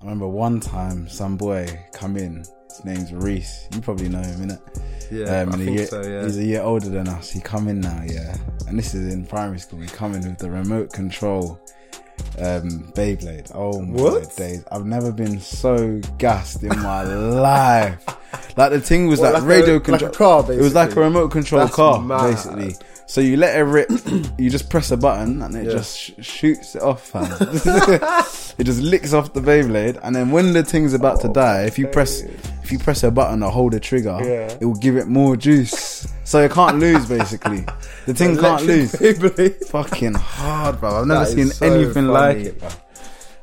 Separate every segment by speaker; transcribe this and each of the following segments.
Speaker 1: I remember one time some boy come in. His name's Reese. You probably know him, innit?
Speaker 2: Yeah, I
Speaker 1: Um, and he
Speaker 2: think
Speaker 1: get-
Speaker 2: so. Yeah,
Speaker 1: He's a year older than us. He come in now, yeah. And this is in primary school. He come in with the remote control um, Beyblade. Oh my
Speaker 2: What?
Speaker 1: days! I've never been so gassed in my life. Like the thing was
Speaker 2: What,
Speaker 1: like,
Speaker 2: like a-
Speaker 1: radio
Speaker 2: like a
Speaker 1: control
Speaker 2: car,
Speaker 1: It was like a
Speaker 2: basically?
Speaker 1: remote control
Speaker 2: That's
Speaker 1: car,
Speaker 2: mad.
Speaker 1: basically. So you let it rip. you just press a button and it
Speaker 2: Yeah.
Speaker 1: just sh- shoots it off. fam. it just licks off the Beyblade, and then when the thing's about
Speaker 2: Oh,
Speaker 1: to die, if you press if you press a button or hold a trigger,
Speaker 2: Yeah.
Speaker 1: it will give it more juice. So it can't lose. Basically, the thing can't lose.
Speaker 2: Beyblade.
Speaker 1: Fucking hard, bro. I've never
Speaker 2: That is
Speaker 1: seen
Speaker 2: so
Speaker 1: anything like
Speaker 2: funny.
Speaker 1: it, Mm. bro.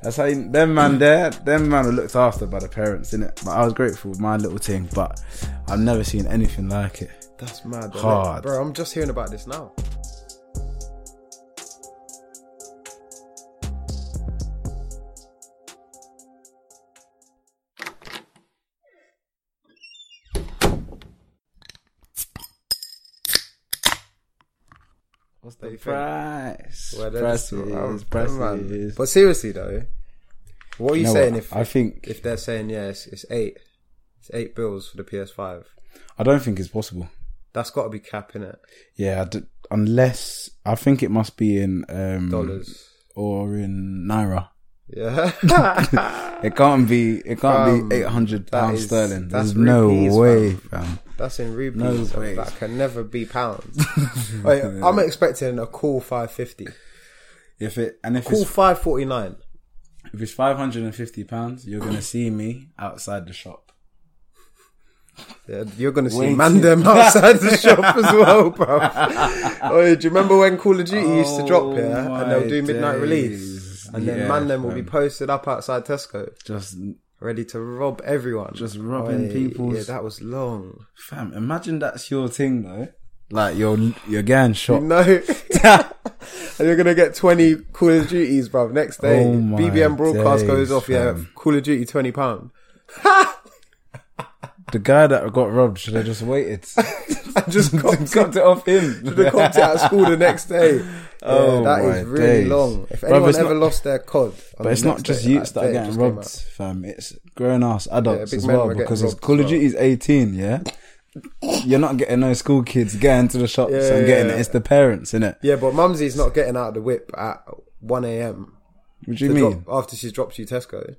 Speaker 1: That's how you, them man there, them man are looked after by the parents, innit? But I was grateful with my little thing, but I've never seen anything like it.
Speaker 2: That's mad. innit?
Speaker 1: Hard.
Speaker 2: bro. I'm just hearing about this now.
Speaker 1: What's
Speaker 2: What
Speaker 1: the
Speaker 2: you think?
Speaker 1: price?
Speaker 2: Well, they're just-
Speaker 1: Prices,
Speaker 2: I'm- man.
Speaker 1: prices.
Speaker 2: But seriously though, what are you
Speaker 1: know
Speaker 2: saying
Speaker 1: what?
Speaker 2: if
Speaker 1: I think
Speaker 2: if they're saying yeah, it's, it's eight, it's eight bills for the PS5?
Speaker 1: I don't think it's possible.
Speaker 2: That's got to be capping it
Speaker 1: Yeah, I d- unless I think it must be in um,
Speaker 2: dollars.
Speaker 1: or in naira.
Speaker 2: Yeah,
Speaker 1: It can't be. It can't
Speaker 2: Fam,
Speaker 1: be eight hundred pounds
Speaker 2: is-
Speaker 1: sterling.
Speaker 2: that's
Speaker 1: There's no
Speaker 2: rupees,
Speaker 1: way, fam.
Speaker 2: that's in rupees.
Speaker 1: No
Speaker 2: so
Speaker 1: way.
Speaker 2: that can never be pounds. Wait, I'm expecting a cool five fifty,
Speaker 1: If it and if
Speaker 2: cool
Speaker 1: it's
Speaker 2: five forty nine.
Speaker 1: if it's five hundred and fifty pounds, you're gonna see me outside the shop.
Speaker 2: Yeah, you're gonna see
Speaker 1: Waiting.
Speaker 2: man them outside the shop as well, bro. oh, do you remember when Call of Duty used to drop
Speaker 1: Oh
Speaker 2: here and they'll
Speaker 1: my
Speaker 2: do midnight
Speaker 1: days.
Speaker 2: release, and then
Speaker 1: Yeah,
Speaker 2: man them will be
Speaker 1: fam.
Speaker 2: posted up outside Tesco,
Speaker 1: Just
Speaker 2: ready to rob everyone,
Speaker 1: Just robbing
Speaker 2: Oi,
Speaker 1: people's-
Speaker 2: Yeah, that was long.
Speaker 1: fam, imagine that's your thing though. Like you're you're getting shot.
Speaker 2: No, and you're gonna get twenty Call of Duties, bro. Next day,
Speaker 1: Oh my
Speaker 2: BBM broadcast
Speaker 1: days,
Speaker 2: goes off. Yeah,
Speaker 1: fam.
Speaker 2: Call of Duty twenty pound.
Speaker 1: The guy that got robbed should have just waited.
Speaker 2: I just copped it.
Speaker 1: Got it off him.
Speaker 2: They copped it at school the next day. Yeah,
Speaker 1: Oh,
Speaker 2: that
Speaker 1: my
Speaker 2: is really
Speaker 1: days.
Speaker 2: long. If
Speaker 1: Bruv,
Speaker 2: anyone
Speaker 1: it's
Speaker 2: ever
Speaker 1: not-
Speaker 2: lost their cod, on
Speaker 1: But
Speaker 2: the
Speaker 1: it's not
Speaker 2: next
Speaker 1: just
Speaker 2: day,
Speaker 1: youths
Speaker 2: like,
Speaker 1: that are
Speaker 2: day, it
Speaker 1: getting
Speaker 2: just came
Speaker 1: robbed,
Speaker 2: out.
Speaker 1: fam. It's grown ass adults
Speaker 2: big
Speaker 1: as
Speaker 2: men
Speaker 1: well
Speaker 2: were getting
Speaker 1: because it's
Speaker 2: robbed
Speaker 1: Call of
Speaker 2: as well.
Speaker 1: Duty's 18, yeah? You're not getting no school kids getting to the shops
Speaker 2: Yeah,
Speaker 1: and getting
Speaker 2: yeah.
Speaker 1: it. It's the parents, innit?
Speaker 2: Yeah, but Mumsy's not getting out of the whip at one a.m.
Speaker 1: What do you
Speaker 2: to
Speaker 1: mean?
Speaker 2: drop- after she's dropped you Tesco.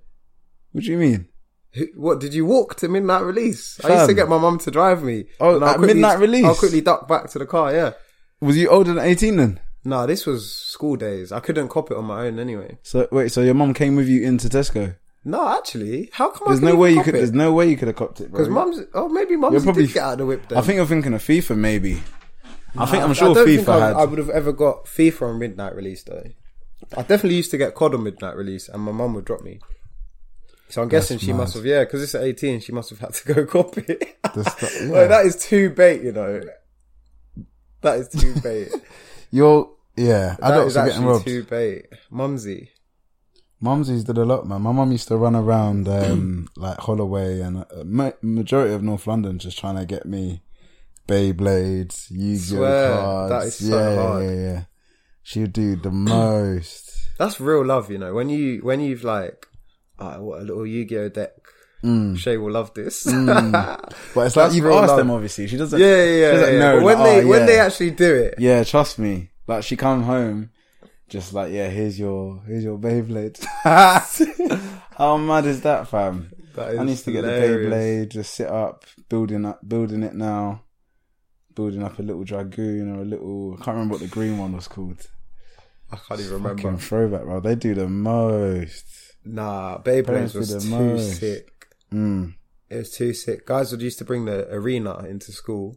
Speaker 1: What do you mean?
Speaker 2: Who- What did you walk to midnight release? I used to
Speaker 1: Fam.
Speaker 2: get my mum to drive me.
Speaker 1: Oh,
Speaker 2: And I'll
Speaker 1: at midnight release?
Speaker 2: I'll quickly duck back to the car. Yeah.
Speaker 1: Was you older than 18 then?
Speaker 2: No, this was school days. I couldn't cop it on my own anyway.
Speaker 1: So wait, so your mum came with you into Tesco?
Speaker 2: No, actually, how come?
Speaker 1: There's
Speaker 2: I
Speaker 1: no way you could. There's
Speaker 2: Because
Speaker 1: no way you could have copped it, bro.
Speaker 2: mum's. Oh, maybe mum's
Speaker 1: You're probably-
Speaker 2: did get out of the whip. Then.
Speaker 1: I think you're thinking of FIFA, maybe. I think I'm sure
Speaker 2: I don't think
Speaker 1: FIFA
Speaker 2: I,
Speaker 1: had.
Speaker 2: I would have ever got FIFA on midnight release though. I definitely used to get COD on midnight release, and my mum would drop me. So I'm guessing she must have, yeah, because it's at 18, she must have had to go copy. it.
Speaker 1: The stu-
Speaker 2: Like, that is too bait, you know. That is too bait.
Speaker 1: You're yeah.
Speaker 2: that
Speaker 1: Adults
Speaker 2: is
Speaker 1: are getting
Speaker 2: actually
Speaker 1: robbed.
Speaker 2: too bait. Mumsy.
Speaker 1: Mumsies did a lot, man. My mum used to run around um, like Holloway and uh, ma- majority of North London just trying to get me Beyblades,
Speaker 2: Swear,
Speaker 1: Yu-Gi-Oh cards.
Speaker 2: that is so
Speaker 1: yeah,
Speaker 2: hard.
Speaker 1: yeah, yeah. She would do the most.
Speaker 2: That's real love, you know. When you when you've like, ah, what a little Yu-Gi-Oh deck.
Speaker 1: Mm.
Speaker 2: Shay will love this.
Speaker 1: But it's like
Speaker 2: That's
Speaker 1: you've
Speaker 2: real
Speaker 1: asked
Speaker 2: love.
Speaker 1: them, obviously. She doesn't.
Speaker 2: yeah, yeah, yeah.
Speaker 1: she doesn't
Speaker 2: yeah.
Speaker 1: know,
Speaker 2: But when
Speaker 1: Mm. like,
Speaker 2: they
Speaker 1: oh,
Speaker 2: when
Speaker 1: yeah.
Speaker 2: they actually do it,
Speaker 1: Yeah, trust me. Like she come home, just like yeah, here's your here's your Beyblade. How mad is that, fam?
Speaker 2: That
Speaker 1: I
Speaker 2: is
Speaker 1: need to get
Speaker 2: hilarious.
Speaker 1: the Beyblade, just sit up, building up, building it now, building up a little dragoon or a little. I can't remember what the green one was called.
Speaker 2: I can't even
Speaker 1: Fucking
Speaker 2: remember.
Speaker 1: throwback, bro. They do the most.
Speaker 2: Nah, Beyblades
Speaker 1: Parents
Speaker 2: was
Speaker 1: do the
Speaker 2: too
Speaker 1: most.
Speaker 2: sick.
Speaker 1: Mm.
Speaker 2: It was too sick. Guys would used to bring the arena into school.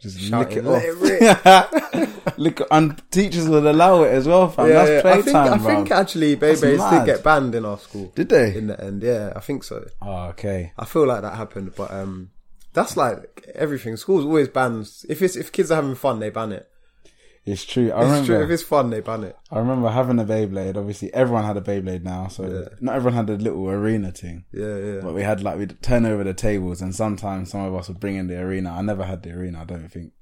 Speaker 1: Just
Speaker 2: Shout
Speaker 1: lick it
Speaker 2: it, let
Speaker 1: off. Lick it- and teachers would allow it as well, fam. Oh, That's
Speaker 2: I think, I
Speaker 1: playtime, bro.
Speaker 2: think actually Beyblades did
Speaker 1: mad.
Speaker 2: get banned in our school
Speaker 1: Did they?
Speaker 2: in the end. Yeah, I think so.
Speaker 1: oh, okay.
Speaker 2: I feel like that happened, but um, that's like everything. Schools always bans if it's if kids are having fun, they ban it.
Speaker 1: It's true. I
Speaker 2: It's
Speaker 1: remember.
Speaker 2: true. If it's fun, they ban it.
Speaker 1: I remember having a Beyblade. Obviously, everyone had a Beyblade now, so not everyone had a little arena thing.
Speaker 2: Yeah, yeah.
Speaker 1: But we had like we'd turn over the tables, and sometimes some of us would bring in the arena. I never had the arena, I don't think.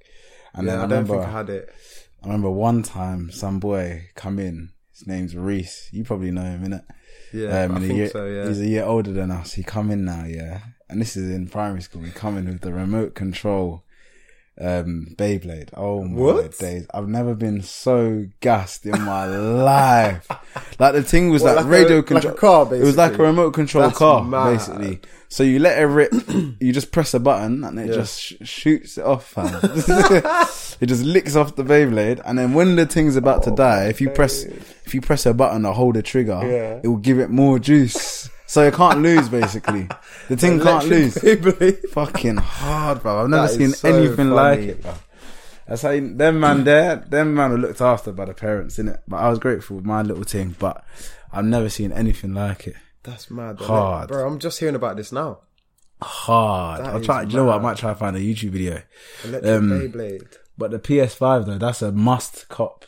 Speaker 1: And
Speaker 2: yeah,
Speaker 1: then I,
Speaker 2: I don't
Speaker 1: remember,
Speaker 2: think I had it.
Speaker 1: I remember one time some boy come in. His name's Reese. You probably know him, innit?
Speaker 2: Yeah,
Speaker 1: Um, and
Speaker 2: I
Speaker 1: a
Speaker 2: think
Speaker 1: year-
Speaker 2: so. Yeah,
Speaker 1: He's a year older than us. He come in now, yeah. And this is in primary school. He come in with the remote control um Beyblade. Oh my
Speaker 2: What?
Speaker 1: days. I've never been so gassed in my life. Like the thing was like,
Speaker 2: What, like a-
Speaker 1: radio
Speaker 2: like a
Speaker 1: control
Speaker 2: car,
Speaker 1: It was like a
Speaker 2: basically?
Speaker 1: remote control
Speaker 2: That's
Speaker 1: car,
Speaker 2: mad.
Speaker 1: basically. So you let it rip, you just press a button and it
Speaker 2: Yeah.
Speaker 1: just sh- shoots it off, fam. it just licks off the Beyblade and then when the thing's about
Speaker 2: Oh,
Speaker 1: to die, if you press if you press a button or hold a trigger,
Speaker 2: Yeah.
Speaker 1: it will give it more juice. So you can't lose basically. The thing can't lose.
Speaker 2: Beyblade.
Speaker 1: Fucking hard, bro. I've never
Speaker 2: That is
Speaker 1: seen
Speaker 2: so
Speaker 1: anything like
Speaker 2: funny. Mm.
Speaker 1: it, bro. That's how you, them man there, them man were looked after by the parents, innit? But I was grateful with my little thing, but I've never seen anything like it.
Speaker 2: That's mad. though.
Speaker 1: Hard.
Speaker 2: bro. I'm just hearing about this now.
Speaker 1: Hard.
Speaker 2: That
Speaker 1: I'll
Speaker 2: is
Speaker 1: try. You know what? I
Speaker 2: mad.
Speaker 1: might try to find a YouTube video.
Speaker 2: Electric
Speaker 1: Um,
Speaker 2: Beyblade.
Speaker 1: But the PS5 though, that's a must cop.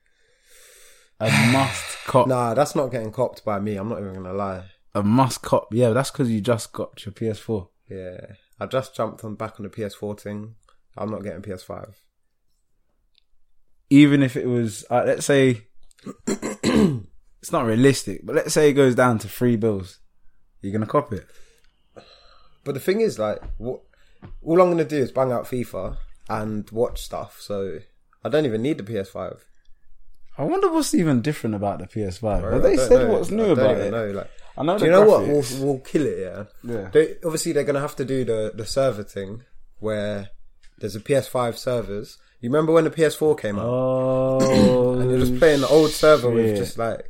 Speaker 1: A must cop.
Speaker 2: Nah, that's not getting copped by me. I'm not even gonna lie.
Speaker 1: A must cop. Yeah, that's because you just got your PS4.
Speaker 2: Yeah, I just jumped on back on the PS4 thing. I'm not getting PS5.
Speaker 1: even if it was, uh, let's say, it's not realistic, but let's say it goes down to three bills, you're gonna cop it.
Speaker 2: But the thing is, like, what, all I'm gonna do is bang out FIFA and watch stuff. So I don't even need the PS5.
Speaker 1: I wonder what's even different about the PS5.
Speaker 2: bro.
Speaker 1: Have
Speaker 2: I
Speaker 1: they
Speaker 2: don't
Speaker 1: said
Speaker 2: know.
Speaker 1: what's new
Speaker 2: I don't
Speaker 1: about
Speaker 2: even
Speaker 1: it?
Speaker 2: Know. Like,
Speaker 1: I know.
Speaker 2: do
Speaker 1: the
Speaker 2: you know what? We'll,
Speaker 1: graphics.
Speaker 2: we'll kill it. Yeah.
Speaker 1: Yeah.
Speaker 2: They, obviously, they're gonna have to do the the server thing where there's a PS5 servers. You remember when the PS4 came out?
Speaker 1: Oh,
Speaker 2: and you're just playing the old server with
Speaker 1: shit.
Speaker 2: just like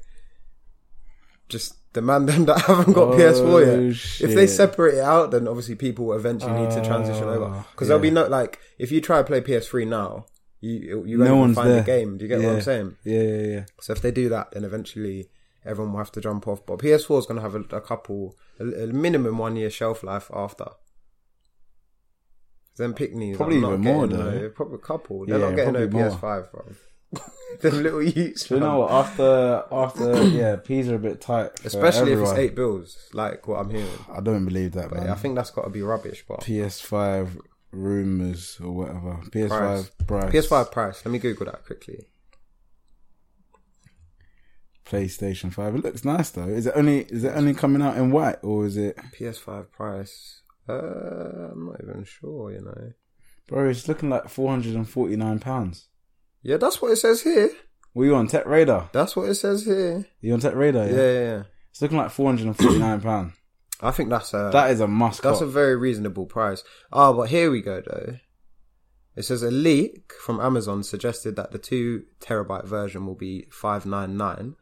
Speaker 2: just the man them that haven't got
Speaker 1: Oh,
Speaker 2: PS4 yet. If they
Speaker 1: shit.
Speaker 2: separate it out, then obviously people will eventually need to transition
Speaker 1: Ah,
Speaker 2: over because there'll be no like if you try to play PS3 now, you you
Speaker 1: No
Speaker 2: won't even
Speaker 1: one's
Speaker 2: find
Speaker 1: there.
Speaker 2: the game. Do you get what
Speaker 1: Yeah.
Speaker 2: I'm saying?
Speaker 1: Yeah, yeah, yeah.
Speaker 2: So if they do that, then eventually everyone will have to jump off. But PS4 is going to have a, a couple, a, a minimum one year shelf life after. Then Pickneys,
Speaker 1: Probably
Speaker 2: I'm not
Speaker 1: even more,
Speaker 2: getting
Speaker 1: though.
Speaker 2: No, probably a couple. They're
Speaker 1: Yeah,
Speaker 2: not getting no
Speaker 1: probably more.
Speaker 2: PS5, bro. Them little utes,
Speaker 1: Do you know
Speaker 2: bro.
Speaker 1: what? After, after, yeah, P's are a bit tight, for
Speaker 2: Especially if it's
Speaker 1: everyone. Um,
Speaker 2: eight bills, like what I'm hearing.
Speaker 1: I don't believe that, man.
Speaker 2: I think that's got to be rubbish, but
Speaker 1: PS5 rumors or whatever. PS5
Speaker 2: Price.
Speaker 1: price.
Speaker 2: PS5 price. Let me Google that quickly.
Speaker 1: PlayStation Five. It looks nice though. Is it only is it only coming out in white or is it?
Speaker 2: PS5 price. Uh, I'm not even sure, you know.
Speaker 1: Bro, it's looking like four hundred and forty nine pounds.
Speaker 2: Yeah, that's what it says here.
Speaker 1: Were you on Tech Radar?
Speaker 2: That's what it says here.
Speaker 1: You on Tech Radar? Yeah.
Speaker 2: Yeah, yeah, yeah.
Speaker 1: It's looking like four hundred and forty nine pound.
Speaker 2: I think that's a
Speaker 1: That is a must.
Speaker 2: that's
Speaker 1: cop.
Speaker 2: a very reasonable price. Ah, but here we go though. It says a leak from Amazon suggested that the two terabyte version will be five nine nine.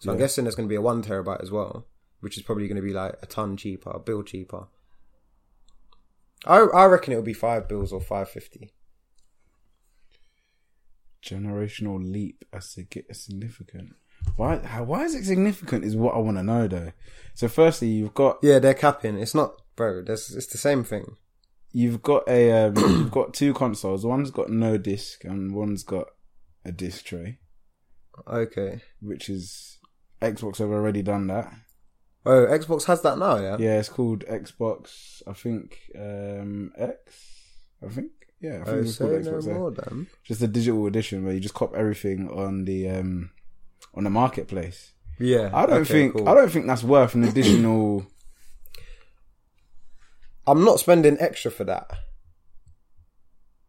Speaker 2: So I'm
Speaker 1: Yeah.
Speaker 2: guessing there's going to be a one terabyte as well, which is probably going to be like a ton cheaper, a bill cheaper. I I reckon it'll be five bills or five fifty.
Speaker 1: generational leap as to get significant. Why? How, why is it significant? Is what I want to know though. So, firstly, you've got
Speaker 2: Yeah, they're capping. It's not, bro. That's it's the same thing.
Speaker 1: you've got a um, you've got two consoles. One's got no disc and one's got a disc tray,
Speaker 2: Okay.
Speaker 1: which is Xbox have already done that.
Speaker 2: Oh, Xbox has that now, yeah.
Speaker 1: Yeah, it's called Xbox. I think um, X. I think yeah, I think
Speaker 2: Oh,
Speaker 1: it's
Speaker 2: say
Speaker 1: called
Speaker 2: no
Speaker 1: Xbox. X.
Speaker 2: more then.
Speaker 1: Just a digital edition where you just cop everything on the um, on the marketplace.
Speaker 2: Yeah.
Speaker 1: I don't
Speaker 2: okay,
Speaker 1: think
Speaker 2: cool.
Speaker 1: I don't think that's worth an additional.
Speaker 2: I'm not spending extra for that.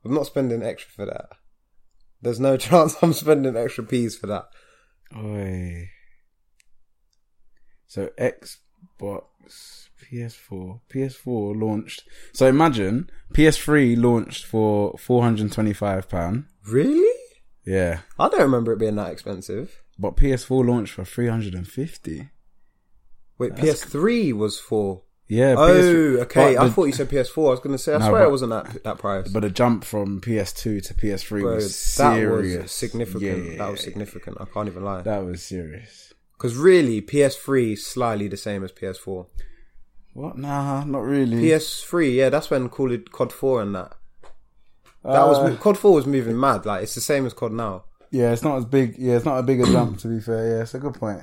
Speaker 2: I'm not spending extra for that. There's no chance I'm spending extra peas for that.
Speaker 1: Oi. So Xbox, PS4, PS4 launched. So imagine PS3 launched for four hundred and twenty-five pound.
Speaker 2: Really?
Speaker 1: Yeah,
Speaker 2: I don't remember it being that expensive.
Speaker 1: but PS4 launched for three hundred and fifty.
Speaker 2: Wait, PS3 was for.
Speaker 1: Yeah.
Speaker 2: Oh,
Speaker 1: PS3
Speaker 2: okay.
Speaker 1: but
Speaker 2: I
Speaker 1: the-
Speaker 2: thought you said PS4. I was gonna say. I
Speaker 1: No,
Speaker 2: swear
Speaker 1: but-
Speaker 2: it wasn't that that price.
Speaker 1: But a jump from PS2 to PS3
Speaker 2: Bro,
Speaker 1: was
Speaker 2: that
Speaker 1: serious.
Speaker 2: was significant.
Speaker 1: Yeah,
Speaker 2: that was significant. I can't even lie.
Speaker 1: that was serious.
Speaker 2: Because really, PS3 is slightly the same as PS4.
Speaker 1: What? Nah, not really.
Speaker 2: PS3, yeah, that's when Call it COD 4 and that. That
Speaker 1: Uh,
Speaker 2: was COD 4 was moving mad. Like it's the same as COD now.
Speaker 1: yeah. It's not as big. Yeah, it's not a bigger jump. To be fair, yeah, it's a good point.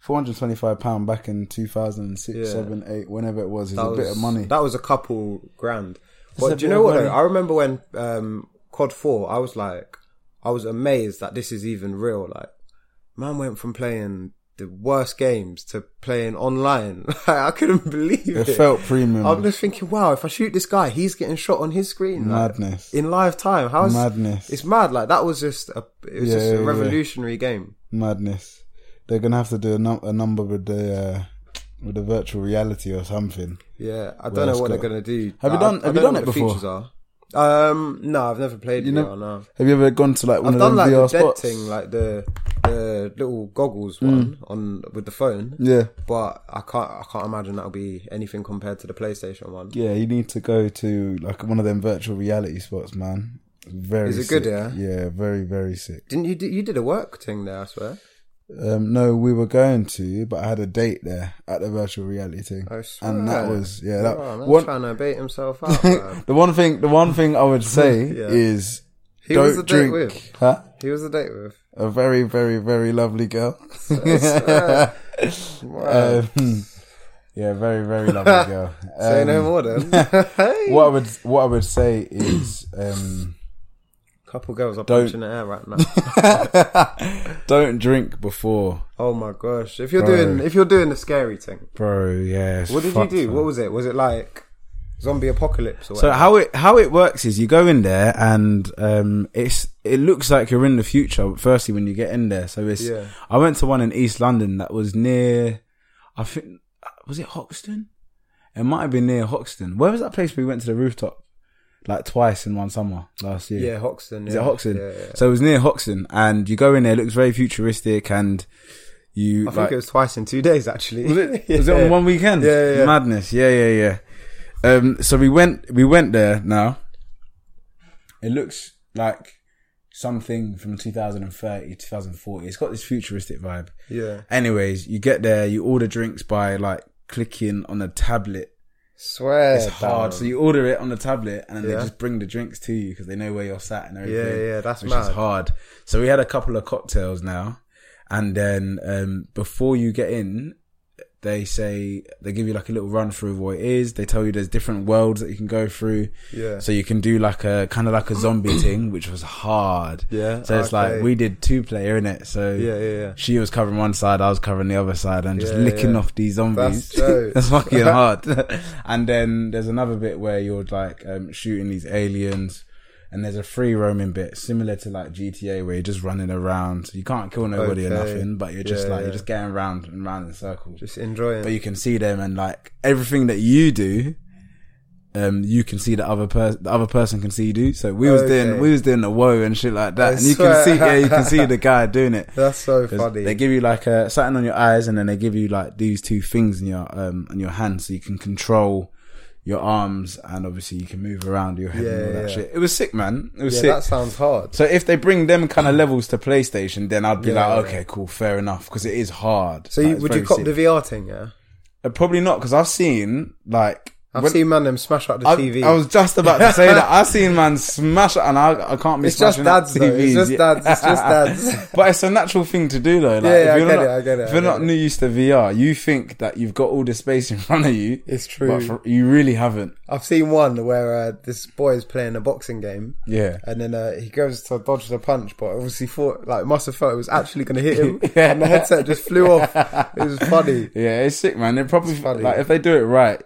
Speaker 1: Four hundred twenty-five pound back in two thousand and six,
Speaker 2: Yeah.
Speaker 1: seven, eight, whenever it was, is a
Speaker 2: That
Speaker 1: bit of
Speaker 2: was-
Speaker 1: money.
Speaker 2: That was a couple grand.
Speaker 1: a
Speaker 2: But do you
Speaker 1: bit
Speaker 2: know
Speaker 1: of
Speaker 2: what? Though?
Speaker 1: money.
Speaker 2: I remember when um, COD Four, I was like, I was amazed that this is even real. Like, man went from playing the worst games to playing online. Like, I couldn't believe
Speaker 1: It
Speaker 2: it.
Speaker 1: felt premium.
Speaker 2: I'm just thinking, wow, if I shoot this guy, he's getting shot on his screen. like,
Speaker 1: Madness.
Speaker 2: in live time. How is
Speaker 1: Madness.
Speaker 2: It's mad. Like that was just a it was
Speaker 1: Yeah,
Speaker 2: just a
Speaker 1: yeah, yeah.
Speaker 2: revolutionary game.
Speaker 1: Madness. They're gonna have to do a, num- a number with the uh, with the virtual reality or something.
Speaker 2: Yeah, I
Speaker 1: Well,
Speaker 2: don't know
Speaker 1: it's
Speaker 2: what
Speaker 1: got-
Speaker 2: they're gonna do.
Speaker 1: Have you
Speaker 2: I-
Speaker 1: done-
Speaker 2: I
Speaker 1: have you done
Speaker 2: don't know
Speaker 1: it
Speaker 2: what the
Speaker 1: before?
Speaker 2: Features are. Um, no, I've never played
Speaker 1: You
Speaker 2: VR.
Speaker 1: know-
Speaker 2: no,
Speaker 1: Have you ever gone to like one
Speaker 2: I've
Speaker 1: of them
Speaker 2: done like the
Speaker 1: VR
Speaker 2: dead
Speaker 1: spots?
Speaker 2: thing, like the the little goggles one on with the phone.
Speaker 1: Mm. yeah,
Speaker 2: But I can't I can't imagine that'll be anything compared to the PlayStation one.
Speaker 1: yeah. You need to go to like one of them virtual reality spots, man. Very.
Speaker 2: Is it
Speaker 1: sick.
Speaker 2: good, yeah?
Speaker 1: Yeah, very very sick.
Speaker 2: Didn't you do, you did a work thing there? I swear.
Speaker 1: Um, no, we were going to, but I had a date there at the virtual reality thing,
Speaker 2: I swear.
Speaker 1: and that was yeah. That,
Speaker 2: Oh, man's
Speaker 1: Uh, one,
Speaker 2: trying to bait himself out. man.
Speaker 1: the one thing, the one thing I would say
Speaker 2: Yeah.
Speaker 1: is
Speaker 2: Who
Speaker 1: don't
Speaker 2: was the date
Speaker 1: drink.
Speaker 2: with?
Speaker 1: Huh?
Speaker 2: Who was the date with?
Speaker 1: A very very very lovely girl.
Speaker 2: Wow.
Speaker 1: Um, yeah, very very lovely girl.
Speaker 2: Say no
Speaker 1: Um,
Speaker 2: more then.
Speaker 1: what I would what I would say is um,
Speaker 2: Couple girls are
Speaker 1: Don't-
Speaker 2: punching the air right now.
Speaker 1: don't drink before,
Speaker 2: Oh my gosh! If you're
Speaker 1: Bro.
Speaker 2: doing if you're doing the scary thing,
Speaker 1: bro. Yes.
Speaker 2: what did you
Speaker 1: fucked
Speaker 2: do?
Speaker 1: up.
Speaker 2: What was it? Was it like zombie apocalypse or
Speaker 1: So
Speaker 2: whatever?
Speaker 1: how it how it works is you go in there and um, it's it looks like you're in the future. Firstly, when you get in there, so it's
Speaker 2: Yeah.
Speaker 1: I went to one in East London that was near, I think was it Hoxton? It might have been near Hoxton. Where was that place we went to the rooftop like twice in one summer last year?
Speaker 2: yeah, Hoxton.
Speaker 1: Is
Speaker 2: yeah.
Speaker 1: it Hoxton?
Speaker 2: Yeah, yeah.
Speaker 1: So it was near Hoxton, and you go in there, it looks very futuristic, and you
Speaker 2: I think
Speaker 1: like,
Speaker 2: it was twice in two days actually.
Speaker 1: was it was it on one weekend?
Speaker 2: Yeah, yeah, yeah.
Speaker 1: madness. Yeah, yeah, yeah. Um, so we went we went there. Now it looks like something from 2030, 2040. It's got this futuristic vibe.
Speaker 2: Yeah,
Speaker 1: Anyways, you get there, you order drinks by like clicking on a tablet.
Speaker 2: swear.
Speaker 1: It's hard. So
Speaker 2: down.
Speaker 1: you order it on the tablet, and then they
Speaker 2: Yeah.
Speaker 1: just bring the drinks to you because they know where you're sat and everything.
Speaker 2: Yeah, yeah, that's
Speaker 1: which
Speaker 2: mad.
Speaker 1: is hard. So we had a couple of cocktails now, and then um, before you get in, they say they give you like a little run through of what it is. They tell you there's different worlds that you can go through.
Speaker 2: Yeah.
Speaker 1: So you can do like a kind of like a zombie thing, which was hard.
Speaker 2: Yeah,
Speaker 1: So it's
Speaker 2: okay.
Speaker 1: like we did two player in it. So
Speaker 2: Yeah, yeah, yeah.
Speaker 1: She was covering one side, I was covering the other side, and just
Speaker 2: Yeah,
Speaker 1: licking
Speaker 2: yeah.
Speaker 1: off these zombies.
Speaker 2: That's dope.
Speaker 1: That's fucking hard. and then there's another bit where you're like um, shooting these aliens, and there's a free roaming bit similar to like GTA where you're just running around. You can't kill nobody or
Speaker 2: Okay.
Speaker 1: nothing, but you're just
Speaker 2: Yeah,
Speaker 1: like
Speaker 2: yeah.
Speaker 1: you're just getting round and round in circles.
Speaker 2: Just enjoying.
Speaker 1: But you can see them, and like everything that you do, um, you can see the other person. The other person can see you do. So we was doing
Speaker 2: Okay.
Speaker 1: we was doing the woe and shit like that,
Speaker 2: I
Speaker 1: and you can
Speaker 2: swear.
Speaker 1: see yeah, you can see the guy doing it.
Speaker 2: That's so
Speaker 1: 'Cause
Speaker 2: funny.
Speaker 1: They give you like a something on your eyes, and then they give you like these two things in your um in your hand, so you can control your arms, and obviously you can move around your head and
Speaker 2: Yeah,
Speaker 1: all that
Speaker 2: yeah.
Speaker 1: shit. It was sick, man. It was
Speaker 2: yeah,
Speaker 1: sick.
Speaker 2: that sounds hard.
Speaker 1: so if they bring them kind of levels to PlayStation, then I'd be
Speaker 2: Yeah,
Speaker 1: like,
Speaker 2: yeah.
Speaker 1: okay, cool, fair enough, because it is hard.
Speaker 2: So
Speaker 1: Like,
Speaker 2: you,
Speaker 1: it's
Speaker 2: would you
Speaker 1: very
Speaker 2: cop
Speaker 1: sick.
Speaker 2: the VR thing? Yeah,
Speaker 1: Uh, probably not, because I've seen like
Speaker 2: I've
Speaker 1: when-
Speaker 2: seen man them smash up the
Speaker 1: I,
Speaker 2: TV.
Speaker 1: I was just about to say that I've seen man smash it, and I, I can't be
Speaker 2: It's just
Speaker 1: smashing up
Speaker 2: dads, though. It's
Speaker 1: TVs.
Speaker 2: just dads. It's just dads.
Speaker 1: but it's a natural thing to do though. Like,
Speaker 2: Yeah, yeah,
Speaker 1: if
Speaker 2: I
Speaker 1: you're
Speaker 2: get
Speaker 1: not,
Speaker 2: it, I get it,
Speaker 1: If
Speaker 2: I
Speaker 1: you're
Speaker 2: get
Speaker 1: not
Speaker 2: it.
Speaker 1: new used to VR, you think that you've got all this space in front of you.
Speaker 2: It's
Speaker 1: But
Speaker 2: true.
Speaker 1: for, you really haven't.
Speaker 2: I've seen one where uh, this boy is playing a boxing game.
Speaker 1: Yeah.
Speaker 2: And then uh, he goes to dodge the punch, but obviously thought like must have thought it was actually going to hit him, and the headset just flew off. It was funny.
Speaker 1: Yeah, it's sick, man. It probably
Speaker 2: funny.
Speaker 1: like if they do it right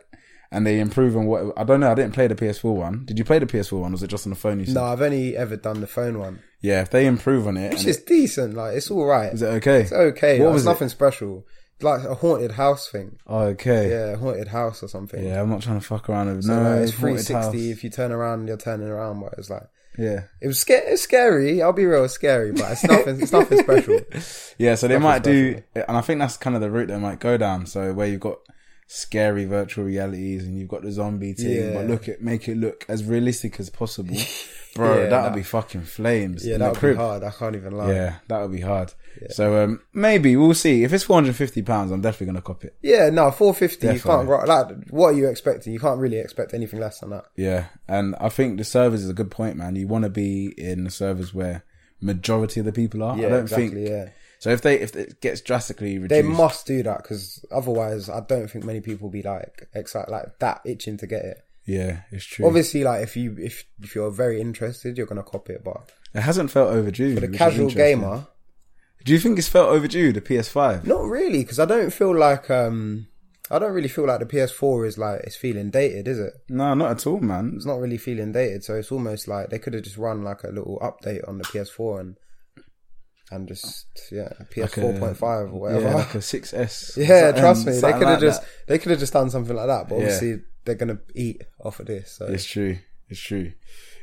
Speaker 1: and they improve on what I don't know. I didn't play the PS4 one. Did you play the PS4 one? Or was it just on the phone? You said?
Speaker 2: No, I've only ever done the phone one,
Speaker 1: Yeah, if they improve on it,
Speaker 2: which
Speaker 1: and
Speaker 2: is decent. Like it's all right.
Speaker 1: it- is it okay?
Speaker 2: It's okay.
Speaker 1: What
Speaker 2: What
Speaker 1: was
Speaker 2: was
Speaker 1: it?
Speaker 2: nothing special? Like a haunted house thing.
Speaker 1: okay. Yeah.
Speaker 2: Yeah, haunted house or something.
Speaker 1: I'm not trying to fuck around with
Speaker 2: So,
Speaker 1: no.
Speaker 2: like, it's
Speaker 1: it's Uh, haunted
Speaker 2: 360.
Speaker 1: house.
Speaker 2: If you turn around, you're turning around. But it's like
Speaker 1: Yeah.
Speaker 2: it was sca- it's scary. I'll be real, it's scary, but it's nothing. it's nothing special.
Speaker 1: Yeah, so they might do, and I think that's kind of the route they might go down. So where you've got scary virtual realities and you've got the zombie team,
Speaker 2: Yeah.
Speaker 1: but look at make it look as realistic as possible, bro.
Speaker 2: Yeah,
Speaker 1: that'll
Speaker 2: that-
Speaker 1: be fucking flames.
Speaker 2: Yeah,
Speaker 1: in
Speaker 2: that
Speaker 1: the
Speaker 2: would
Speaker 1: crib.
Speaker 2: be hard. I can't even lie.
Speaker 1: Yeah, that would be hard. So um, maybe we'll see. If it's four hundred fifty pounds, I'm definitely gonna cop it.
Speaker 2: Yeah, no, four fifty. You
Speaker 1: Definitely.
Speaker 2: can't. ro- Like, what are you expecting? You can't really expect anything less than that.
Speaker 1: Yeah, and I think the servers is a good point, man. You want to be in the servers where majority of the people are. I don't think
Speaker 2: Yeah,
Speaker 1: so. If they if it gets drastically reduced,
Speaker 2: they must do that because otherwise, I don't think many people be like excited, like that itching to get it.
Speaker 1: yeah, it's true.
Speaker 2: Obviously, like if you if if you're very interested, you're gonna cop it. But
Speaker 1: it hasn't felt overdue.
Speaker 2: for the
Speaker 1: which is
Speaker 2: casual
Speaker 1: interesting.
Speaker 2: gamer,
Speaker 1: Do you think it's felt overdue the PS5?
Speaker 2: Not really, because I don't feel like um, I don't really feel like the PS4 is like it's feeling dated, is it?
Speaker 1: No, not at all, man.
Speaker 2: It's not really feeling dated, so it's almost like they could have just run like a little update on the PS4 and and just yeah
Speaker 1: Like a-
Speaker 2: PS4.5 or whatever.
Speaker 1: Yeah, like a 6S.
Speaker 2: Yeah,
Speaker 1: Something-
Speaker 2: trust me, they
Speaker 1: something
Speaker 2: could have
Speaker 1: like
Speaker 2: just
Speaker 1: that.
Speaker 2: they could have just done something like that. But
Speaker 1: Yeah.
Speaker 2: obviously, they're gonna eat off of this. So
Speaker 1: It's true. It's true.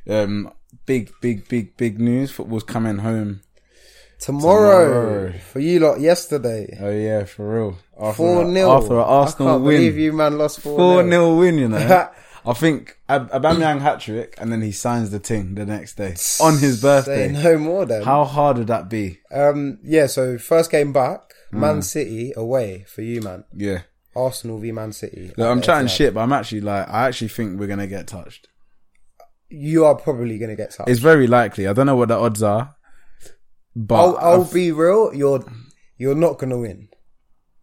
Speaker 1: Um, big, big, big, big news. Football's coming home.
Speaker 2: tomorrow,
Speaker 1: Tomorrow.
Speaker 2: for you lot, yesterday
Speaker 1: Oh yeah, for real. After
Speaker 2: four 0
Speaker 1: After an Arsenal
Speaker 2: I can't
Speaker 1: win,
Speaker 2: believe you man lost four
Speaker 1: four
Speaker 2: 0
Speaker 1: nil win. You know, I think Ab- Aubameyang hat trick, and then he signs the ting the next day on his
Speaker 2: Say
Speaker 1: birthday.
Speaker 2: no more then.
Speaker 1: How hard would that be?
Speaker 2: Um, yeah. So first game back, Man City away for you man.
Speaker 1: Yeah,
Speaker 2: Arsenal v Man City.
Speaker 1: Look, I'm chatting shit, but I'm actually like, I actually think we're gonna get touched.
Speaker 2: You are probably gonna get touched.
Speaker 1: It's very likely. I don't know what the odds are, but
Speaker 2: I'll, I'll
Speaker 1: I-
Speaker 2: be real. You're you're not gonna win.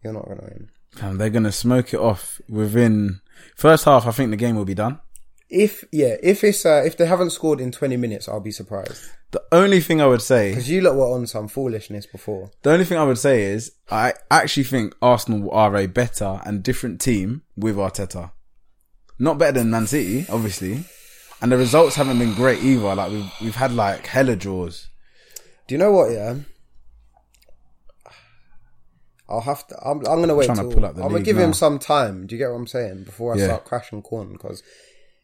Speaker 2: You're not gonna win.
Speaker 1: fam, um, they're gonna smoke it off within first half. I think the game will be done.
Speaker 2: If yeah, if it's uh, if they haven't scored in 20 minutes, I'll be surprised.
Speaker 1: The only thing I would say,
Speaker 2: Because you lot were on some foolishness before.
Speaker 1: the only thing I would say is, I actually think Arsenal are a better and different team with Arteta. Not better than Man City, obviously, and the results haven't been great either. Like we've we've had like hella draws.
Speaker 2: Do you know what? Yeah, I'll have to. I'm, I'm gonna wait.
Speaker 1: trying to
Speaker 2: till-
Speaker 1: pull up the
Speaker 2: I'm gonna
Speaker 1: league
Speaker 2: give
Speaker 1: now.
Speaker 2: him some time. Do you get what I'm saying? Before I
Speaker 1: Yeah.
Speaker 2: start crashing corn, because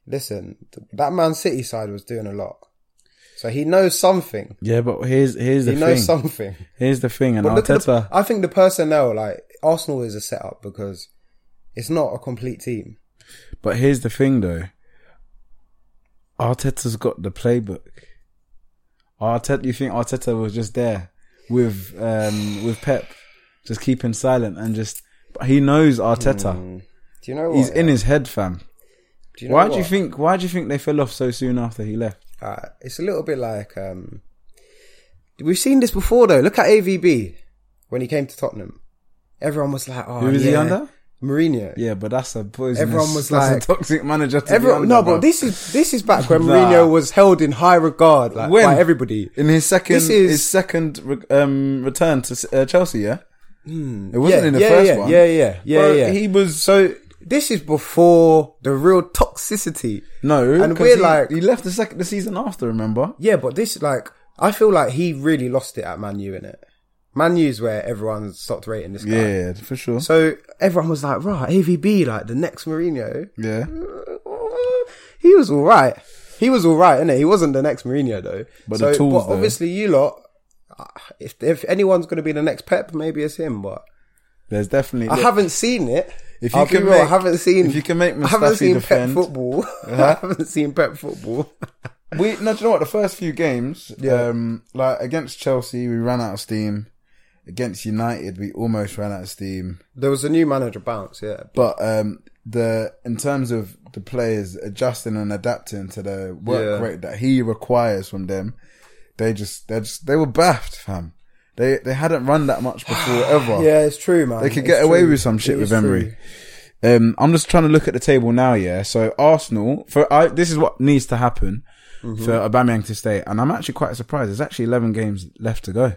Speaker 2: listen, th- that Man City side was doing a lot, so he knows something.
Speaker 1: Yeah, but here's here's the
Speaker 2: He knows
Speaker 1: thing.
Speaker 2: something.
Speaker 1: here's the thing, and
Speaker 2: But look at
Speaker 1: Arteta.
Speaker 2: the, I think the personnel, like Arsenal, is a setup because it's not a complete team.
Speaker 1: But here's the thing, though. Arteta's got the playbook. Arteta, you think Arteta was just there with um, with Pep, just keeping silent and just he knows Arteta.
Speaker 2: Do you know what?
Speaker 1: He's in
Speaker 2: yeah?
Speaker 1: his head, fam.
Speaker 2: Do Hmm. you know
Speaker 1: why do
Speaker 2: what?
Speaker 1: you think? Why do you think they fell off so soon after he left?
Speaker 2: Uh, it's a little bit like um, we've seen this before though. Look at AVB when he came to Tottenham. Everyone was like, "Oh,
Speaker 1: Who is
Speaker 2: yeah.
Speaker 1: he under?
Speaker 2: Mourinho."
Speaker 1: Yeah, but that's a poisonous.
Speaker 2: Everyone was
Speaker 1: that's
Speaker 2: like-
Speaker 1: a toxic manager. To be
Speaker 2: Everyone,
Speaker 1: under,
Speaker 2: no,
Speaker 1: bro.
Speaker 2: but this is this is back when
Speaker 1: Nah.
Speaker 2: Mourinho was held in high regard like,
Speaker 1: When?
Speaker 2: by everybody.
Speaker 1: in his second
Speaker 2: This is-
Speaker 1: his second re- um, return to uh, Chelsea. Yeah, it wasn't
Speaker 2: Hmm. yeah,
Speaker 1: in the
Speaker 2: yeah,
Speaker 1: first
Speaker 2: yeah,
Speaker 1: one.
Speaker 2: Yeah, yeah, yeah,
Speaker 1: Bro,
Speaker 2: yeah.
Speaker 1: He was
Speaker 2: so this is before the real toxicity.
Speaker 1: No,
Speaker 2: And
Speaker 1: 'cause
Speaker 2: we're
Speaker 1: he,
Speaker 2: like-
Speaker 1: he left the second the season after. Remember?
Speaker 2: Yeah, but this like I feel like he really lost it at Man U in it. Man U's where everyone stopped rating this guy.
Speaker 1: Yeah, for sure.
Speaker 2: So everyone was like, right, AVB, like the next Mourinho.
Speaker 1: yeah,
Speaker 2: He was all right. He was all right, innit? He wasn't the next Mourinho though.
Speaker 1: But the tools,
Speaker 2: but
Speaker 1: though.
Speaker 2: obviously, you lot. uh, If if anyone's going to be the next Pep, maybe it's him. But
Speaker 1: there's definitely.
Speaker 2: I haven't seen it.
Speaker 1: If you
Speaker 2: I'll be
Speaker 1: can
Speaker 2: real, I
Speaker 1: make-
Speaker 2: haven't seen.
Speaker 1: if you can make
Speaker 2: I haven't
Speaker 1: Mustafi
Speaker 2: seen
Speaker 1: defend-
Speaker 2: Pep football. I haven't seen Pep football.
Speaker 1: we no, do you know what? The first few games,
Speaker 2: Yeah.
Speaker 1: um, like against Chelsea, we ran out of steam. Against United, we almost ran out of steam.
Speaker 2: there was a new manager bounce. Yeah,
Speaker 1: But um, the in terms of the players adjusting and adapting to the work
Speaker 2: Yeah.
Speaker 1: rate that he requires from them, they just they just they were baffed, fam. They they hadn't run that much before ever.
Speaker 2: yeah, it's true, man.
Speaker 1: They could get away with some shit with Emery. Um, I'm just trying to look at the table now. Yeah, so Arsenal for I, this is what needs to happen
Speaker 2: Mm-hmm.
Speaker 1: for Aubameyang to stay, and I'm actually quite surprised. There's actually 11 games left to go.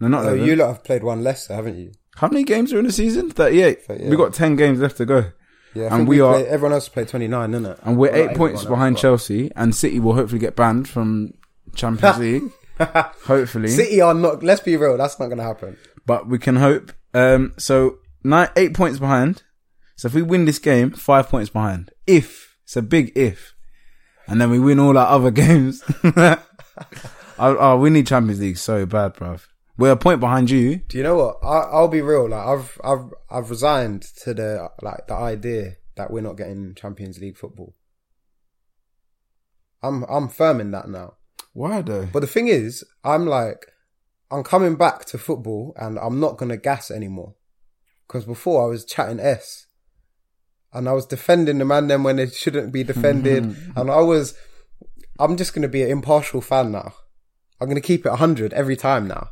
Speaker 1: No, not
Speaker 2: Oh,
Speaker 1: 11.
Speaker 2: you lot have played one less, haven't you?
Speaker 1: How many games are in the season? 38.
Speaker 2: Thirty-eight.
Speaker 1: We got 10 games left to go,
Speaker 2: Yeah, I
Speaker 1: And
Speaker 2: think
Speaker 1: we are-
Speaker 2: play- everyone else played twenty nine, isn't it?
Speaker 1: and we're eight points behind Chelsea, and City will hopefully get banned from Champions League. hopefully,
Speaker 2: City are not. Let's be real. That's not going to happen.
Speaker 1: but we can hope. Um, so nine, eight points behind. So if we win this game, five points behind. If it's a big if, and then we win all our other games. oh, oh, we need Champions League so bad, bruv. We're a point behind you.
Speaker 2: Do you know what? I, I'll be real. Like I've I've I've resigned to the like the idea that we're not getting Champions League football. I'm I'm firm in that now.
Speaker 1: Why though?
Speaker 2: But the thing is, I'm like, I'm coming back to football, and I'm not going to gas anymore. Because before I was chatting s, and I was defending the man then when it shouldn't be defended,
Speaker 1: Mm-hmm.
Speaker 2: and I was, I'm just going to be an impartial fan now. I'm going to keep it 100 every time now.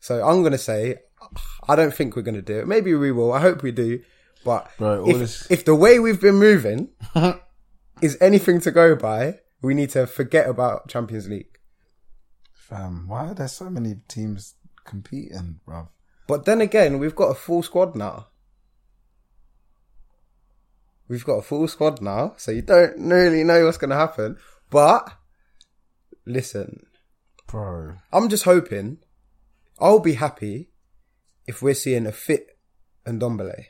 Speaker 2: So I'm going to say, I don't think we're going to do it. Maybe we will. I hope we do. But
Speaker 1: Bro, all
Speaker 2: if,
Speaker 1: this-
Speaker 2: if the way we've been moving is anything to go by, we need to forget about Champions League.
Speaker 1: Fam, why are there so many teams competing, bruv.
Speaker 2: But then again, we've got a full squad now. We've got a full squad now, so you don't really know what's going to happen. But listen,
Speaker 1: Bro.
Speaker 2: I'm just hoping I'll be happy if we're seeing a fit and Dombele.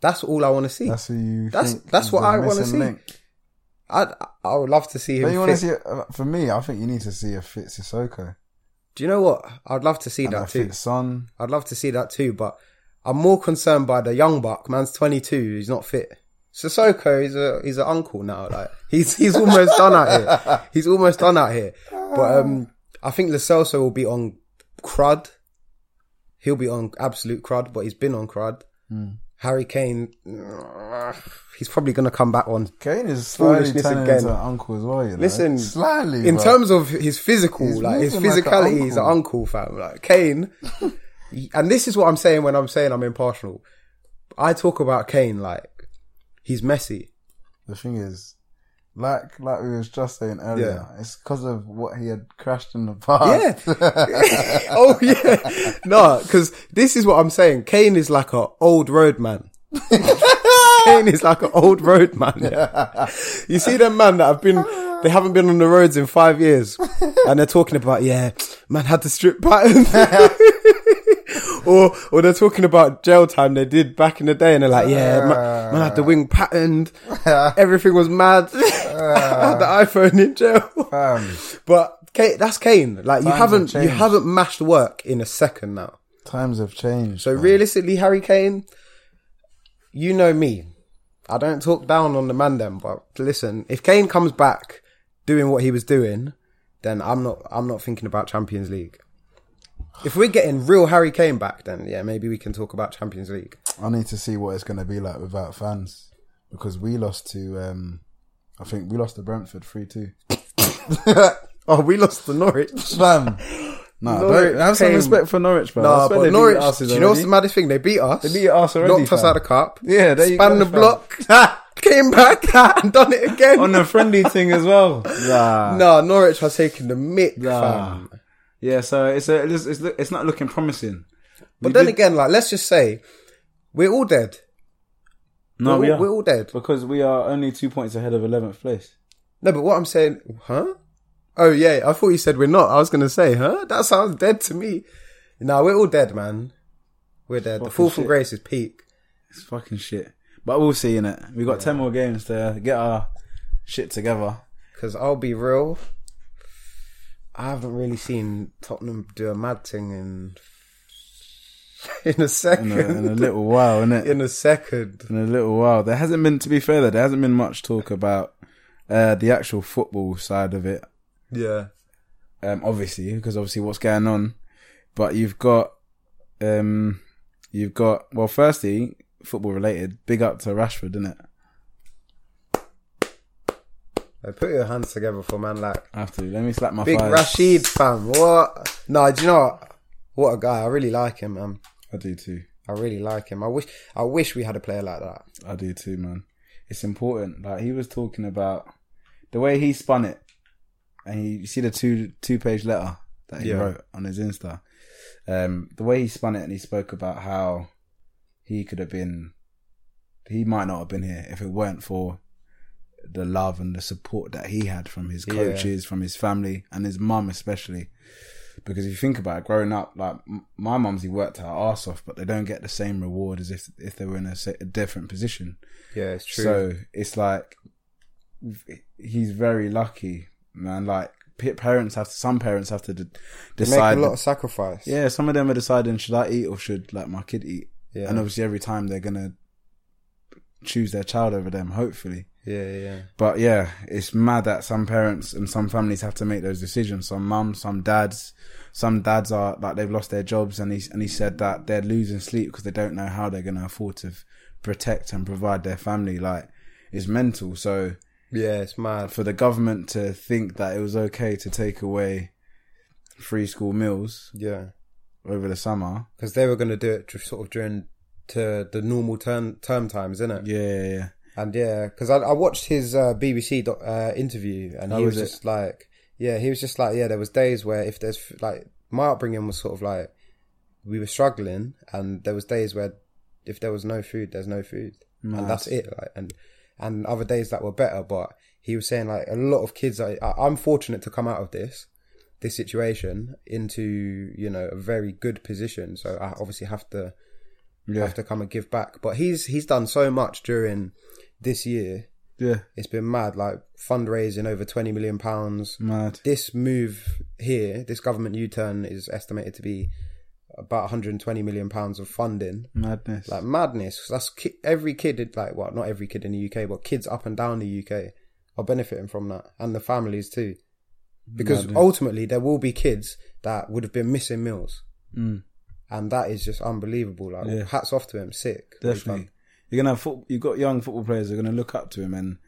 Speaker 2: That's all I want to see.
Speaker 1: That's who you
Speaker 2: That's-
Speaker 1: think
Speaker 2: that's
Speaker 1: is
Speaker 2: what
Speaker 1: the
Speaker 2: I wanna
Speaker 1: missing
Speaker 2: see.
Speaker 1: link.
Speaker 2: I'd, I would love to see him.
Speaker 1: But you want to
Speaker 2: fit.
Speaker 1: see, uh, for me, I think you need to see a fit Sissoko.
Speaker 2: Do you know what? I'd love to see
Speaker 1: And a
Speaker 2: that too.
Speaker 1: fit Son.
Speaker 2: I'd love to see that too, but I'm more concerned by the young buck. Man's 22. He's not fit. Sissoko is a he's an uncle now. Like he's he's almost done out here. He's almost done out here. But um, I think Lacelso will be on crud. He'll be on absolute crud, but he's been on crud. Harry Kane, he's probably gonna come back on.
Speaker 1: Kane is slightly
Speaker 2: Foolishness
Speaker 1: turning
Speaker 2: again.
Speaker 1: into an uncle as well, you know.
Speaker 2: Listen,
Speaker 1: slightly.
Speaker 2: In
Speaker 1: bruv.
Speaker 2: terms of his physical,
Speaker 1: He's
Speaker 2: like his
Speaker 1: moving like a
Speaker 2: physicality, he's an
Speaker 1: uncle.
Speaker 2: uncle, fam. Like Kane, and this is what I'm saying when I'm saying I'm impartial. I talk about Kane like he's messy.
Speaker 1: the thing is, like like we was just saying earlier, it's because of what he had crashed in the past.
Speaker 2: oh yeah, no, because this is what I'm saying. Kane is like a old road man. Kane is like an old road man. You see them man that have been, they haven't been on the roads in five years, and they're talking about yeah, man had the strip pattern. or or they're talking about jail time they did back in the day, and they're like, yeah, man, man had the wing patterned, everything was mad, had the iPhone in jail.
Speaker 1: Uh. Um,
Speaker 2: But Kane, that's Kane. Like you
Speaker 1: Times have
Speaker 2: haven't you
Speaker 1: changed.
Speaker 2: haven't mashed work in a second now.
Speaker 1: times have changed.
Speaker 2: So realistically, Harry Kane, you know me. I don't talk down on the man then, but listen, if Kane comes back doing what he was doing, then I'm not I'm not thinking about Champions League. If we're getting real Harry Kane back, then yeah, maybe we can talk about Champions League.
Speaker 1: I need to see what it's going to be like without fans because we lost to, um, I think we lost to Brentford three two.
Speaker 2: Oh, we lost to Norwich.
Speaker 1: Slam. No,
Speaker 2: Norwich
Speaker 1: don't, have some
Speaker 2: came-
Speaker 1: respect for Norwich, bro.
Speaker 2: Nah,
Speaker 1: I swear they
Speaker 2: but
Speaker 1: beat
Speaker 2: Norwich.
Speaker 1: your asses
Speaker 2: Do you know what's the
Speaker 1: already.
Speaker 2: maddest thing? They beat us. They
Speaker 1: beat your ass already,
Speaker 2: Knocked us
Speaker 1: fam.
Speaker 2: out of the cup.
Speaker 1: Yeah, there you
Speaker 2: span
Speaker 1: go,
Speaker 2: the
Speaker 1: fam.
Speaker 2: block, came back and done it again.
Speaker 1: on a friendly thing as well. Yeah.
Speaker 2: no, Norwich has taken the mick,
Speaker 1: Yeah.
Speaker 2: fam.
Speaker 1: Yeah, so it's a, it's, it's, look- it's not looking promising.
Speaker 2: But then again, like let's just say, we're all dead.
Speaker 1: No,
Speaker 2: we're,
Speaker 1: we
Speaker 2: all-
Speaker 1: are.
Speaker 2: we're all dead.
Speaker 1: Because we are only two points ahead of 11th place.
Speaker 2: No, but what I'm saying, huh? Oh yeah, I thought you said we're not. I was gonna say, huh? That sounds dead to me. No, we're all dead, man. We're dead. the
Speaker 1: Fucking
Speaker 2: fall from
Speaker 1: shit.
Speaker 2: grace is peak.
Speaker 1: It's fucking shit. But we'll see, innit? we got 10 more games to get our shit together.
Speaker 2: Because I'll be real, I haven't really seen Tottenham do a mad thing in in a
Speaker 1: In
Speaker 2: second.
Speaker 1: a, in a little while, innit?
Speaker 2: in a second.
Speaker 1: in a little while. There hasn't been, to be fair, though, there hasn't been much talk about uh, the actual football side of it,
Speaker 2: Yeah.
Speaker 1: um, obviously, because obviously what's going on. But you've got, um, you've got, well, firstly, football related, big up to Rashford, innit?
Speaker 2: Like, put your hands together for a man like
Speaker 1: I have to. Let me slap my
Speaker 2: Big
Speaker 1: thighs.
Speaker 2: Rashid fam. What? No, do you know what? What a guy. I really like him, man.
Speaker 1: I do too.
Speaker 2: I really like him. I wish I wish we had a player like that.
Speaker 1: I do too, man. It's important. Like he was talking about the way he spun it, and you see the two two page letter that he
Speaker 2: Yeah.
Speaker 1: wrote on his Insta. Um, the way he spun it, and he spoke about how he could have been, he might not have been here if it weren't for the love and the support that he had from his
Speaker 2: Yeah.
Speaker 1: coaches, from his family, and his mum especially. Because if you think about it, growing up, like m- my mum's, he worked her ass off, but they don't get the same reward as if if they were in a, se- a different position.
Speaker 2: Yeah, it's true.
Speaker 1: So it's like v- he's very lucky, man. Like p- parents have to, some parents have to de-
Speaker 2: they make
Speaker 1: decide.
Speaker 2: a lot of sacrifice.
Speaker 1: yeah, some of them are deciding should I eat or should like my kid eat,
Speaker 2: Yeah.
Speaker 1: and obviously every time they're gonna choose their child over them, hopefully.
Speaker 2: Yeah, yeah.
Speaker 1: But yeah, it's mad that some parents and some families have to make those decisions. Some mums, some dads, some dads are like they've lost their jobs, and he and he said that they're losing sleep because they don't know how they're going to afford to f- protect and provide their family. Like it's mental. So
Speaker 2: Yeah, it's mad.
Speaker 1: for the government to think that it was okay to take away free school meals
Speaker 2: Yeah.
Speaker 1: over the summer,
Speaker 2: Because they were going to do it just sort of during to the normal term, term times, innit?
Speaker 1: yeah, yeah, yeah.
Speaker 2: And yeah, because I, I watched his uh, BBC doc, uh, interview, and he
Speaker 1: How
Speaker 2: was
Speaker 1: was it?
Speaker 2: just like, yeah, he was just like, yeah, there was days where if there's like my upbringing was sort of like, we were struggling, and there was days where if there was no food, there's no food,
Speaker 1: Mad.
Speaker 2: and that's it. Like, and and other days that were better, but he was saying like a lot of kids. I, I I'm fortunate to come out of this this situation into you know a very good position. So I obviously have to
Speaker 1: Yeah.
Speaker 2: have to come and give back. But he's he's done so much during this year.
Speaker 1: Yeah.
Speaker 2: It's been mad, like fundraising over twenty million pounds.
Speaker 1: Mad.
Speaker 2: This move here, this government U-turn, is estimated to be about 120 million pounds of funding.
Speaker 1: Madness.
Speaker 2: Like madness. That's ki- every kid, did like well, not every kid in the UK, but kids up and down the UK are benefiting from that, and the families too. Because
Speaker 1: Madness.
Speaker 2: ultimately, there will be kids that would have been missing meals,
Speaker 1: Mm,
Speaker 2: and that is just unbelievable. Like
Speaker 1: Yeah.
Speaker 2: hats off to him. Sick. Well done.
Speaker 1: definitely. You're gonna have foot, you've got young football players who are gonna look up to him and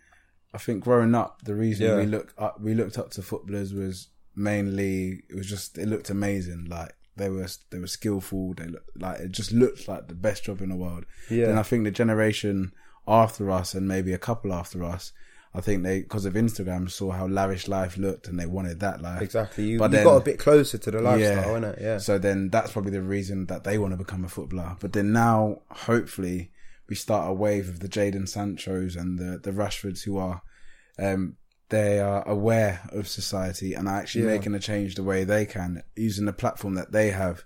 Speaker 1: I think growing up the reason
Speaker 2: Yeah.
Speaker 1: we look up we looked up to footballers was mainly it was just it looked amazing. Like they were they were skillful, they looked like it just looked like the best job in the world.
Speaker 2: Yeah.
Speaker 1: And I think the generation after us and maybe a couple after us, I think they because of Instagram saw how lavish life looked and they wanted that life.
Speaker 2: Exactly. You,
Speaker 1: But
Speaker 2: you
Speaker 1: then-
Speaker 2: got a bit closer to the lifestyle,
Speaker 1: Yeah.
Speaker 2: innit? Yeah.
Speaker 1: So then that's probably the reason that they want to become a footballer. But then now, hopefully, we start a wave of the Jaden Sanchos and the, the Rashfords who are, um, they are aware of society and are actually
Speaker 2: Yeah.
Speaker 1: making a change the way they can using the platform that they have.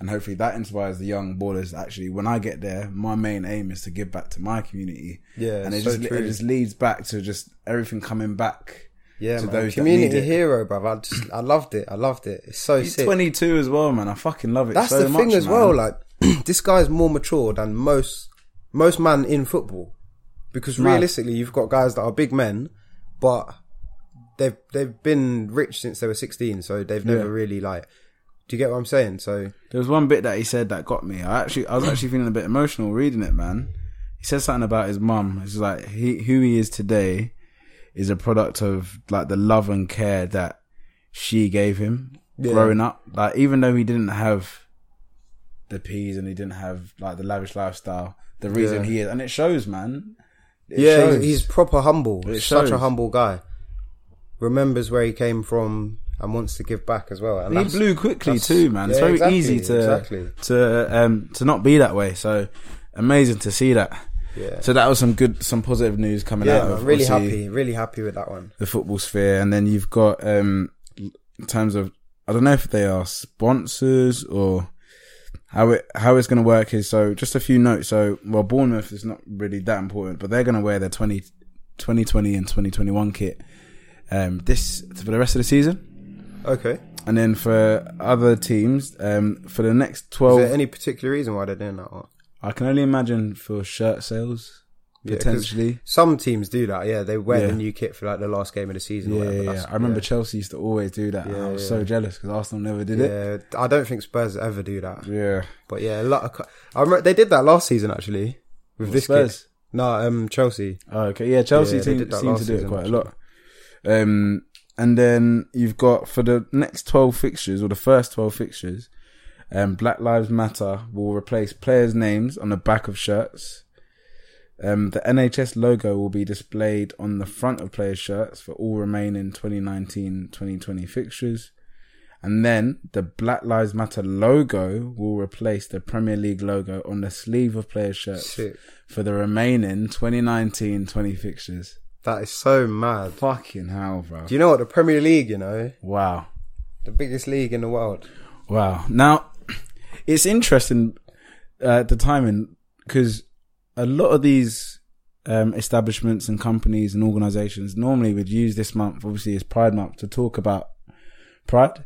Speaker 1: And hopefully that inspires the young ballers. that Actually, when I get there, my main aim is to give back to my community.
Speaker 2: Yeah,
Speaker 1: And it,
Speaker 2: so
Speaker 1: just,
Speaker 2: true.
Speaker 1: it just leads back to just everything coming back.
Speaker 2: Yeah,
Speaker 1: to
Speaker 2: man.
Speaker 1: those that
Speaker 2: community
Speaker 1: need it.
Speaker 2: hero, bruv. I just, I loved it. I loved it. It's so
Speaker 1: He's
Speaker 2: sick.
Speaker 1: 22 as well, man. I fucking love it
Speaker 2: That's
Speaker 1: so
Speaker 2: the
Speaker 1: much,
Speaker 2: thing as
Speaker 1: man.
Speaker 2: well. Like, this guy's more mature than most most men in football, because realistically, you've got guys that are big men, but they've they've been rich since they were sixteen, so they've never
Speaker 1: Yeah.
Speaker 2: really like. Do you get what I'm saying? So
Speaker 1: There was one bit that he said that got me. I actually, I was actually feeling a bit emotional reading it, man. He said something about his mum. It's like he, who he is today is a product of like the love and care that she gave him
Speaker 2: Yeah.
Speaker 1: growing up. Like even though he didn't have the peas and he didn't have like the lavish lifestyle, the reason
Speaker 2: Yeah.
Speaker 1: he is, and it shows, man. It
Speaker 2: yeah,
Speaker 1: shows.
Speaker 2: he's, he's proper humble.
Speaker 1: It
Speaker 2: Such a
Speaker 1: shows.
Speaker 2: humble guy. Remembers where he came from and wants to give back as well. And
Speaker 1: he
Speaker 2: that's-
Speaker 1: blew quickly
Speaker 2: that's-
Speaker 1: too, man. it's
Speaker 2: yeah,
Speaker 1: very
Speaker 2: exactly,
Speaker 1: easy to
Speaker 2: exactly.
Speaker 1: to um to not be that way. So amazing to see that.
Speaker 2: Yeah.
Speaker 1: So that was some good, some positive news coming
Speaker 2: Yeah,
Speaker 1: out of
Speaker 2: man, really
Speaker 1: obviously,
Speaker 2: happy, really happy with that one.
Speaker 1: the football sphere, and then you've got um in terms of I don't know if they are sponsors or how it how it's going to work is so just a few notes. So well, Bournemouth is not really that important, but they're going to wear their 20, 2020 and twenty twenty one kit um this for the rest of the season,
Speaker 2: Okay.
Speaker 1: and then for other teams um for the next
Speaker 2: Is
Speaker 1: twelve.
Speaker 2: there any particular reason why they're doing that one?
Speaker 1: I can only imagine for shirt sales
Speaker 2: Yeah, 'cause
Speaker 1: potentially.
Speaker 2: Some teams do that. Yeah, they wear the
Speaker 1: Yeah.
Speaker 2: new kit for like the last game of the season. or
Speaker 1: Yeah,
Speaker 2: whatever.
Speaker 1: yeah,
Speaker 2: That's-
Speaker 1: I remember Chelsea used to always do that, and I
Speaker 2: Yeah,
Speaker 1: was
Speaker 2: yeah.
Speaker 1: so jealous because Arsenal never did
Speaker 2: Yeah,
Speaker 1: it.
Speaker 2: I don't think Spurs ever do that.
Speaker 1: Yeah,
Speaker 2: But yeah, a lot of. co- I remember they did that last season actually with this kit.
Speaker 1: Spurs.
Speaker 2: No, um, Chelsea.
Speaker 1: Oh, okay, yeah, Chelsea
Speaker 2: Yeah, they
Speaker 1: seem,
Speaker 2: did that
Speaker 1: seem to
Speaker 2: last
Speaker 1: do it
Speaker 2: season,
Speaker 1: quite a lot. Um, and then you've got for the next twelve fixtures or the first twelve fixtures, um, Black Lives Matter will replace players' names on the back of shirts. Um, the NHS logo will be displayed on the front of players' shirts for all remaining 2019-2020 fixtures. And then the Black Lives Matter logo will replace the Premier League logo on the sleeve of players' shirts
Speaker 2: Shit,
Speaker 1: for the remaining 2019-20 fixtures.
Speaker 2: that is so mad.
Speaker 1: Fucking hell, bro.
Speaker 2: Do you know what the Premier League? You know,
Speaker 1: Wow.
Speaker 2: the biggest league in the world.
Speaker 1: Wow. Now, it's interesting uh, the timing because a lot of these um, establishments and companies and organizations normally would use this month, obviously, as Pride Month to talk about Pride.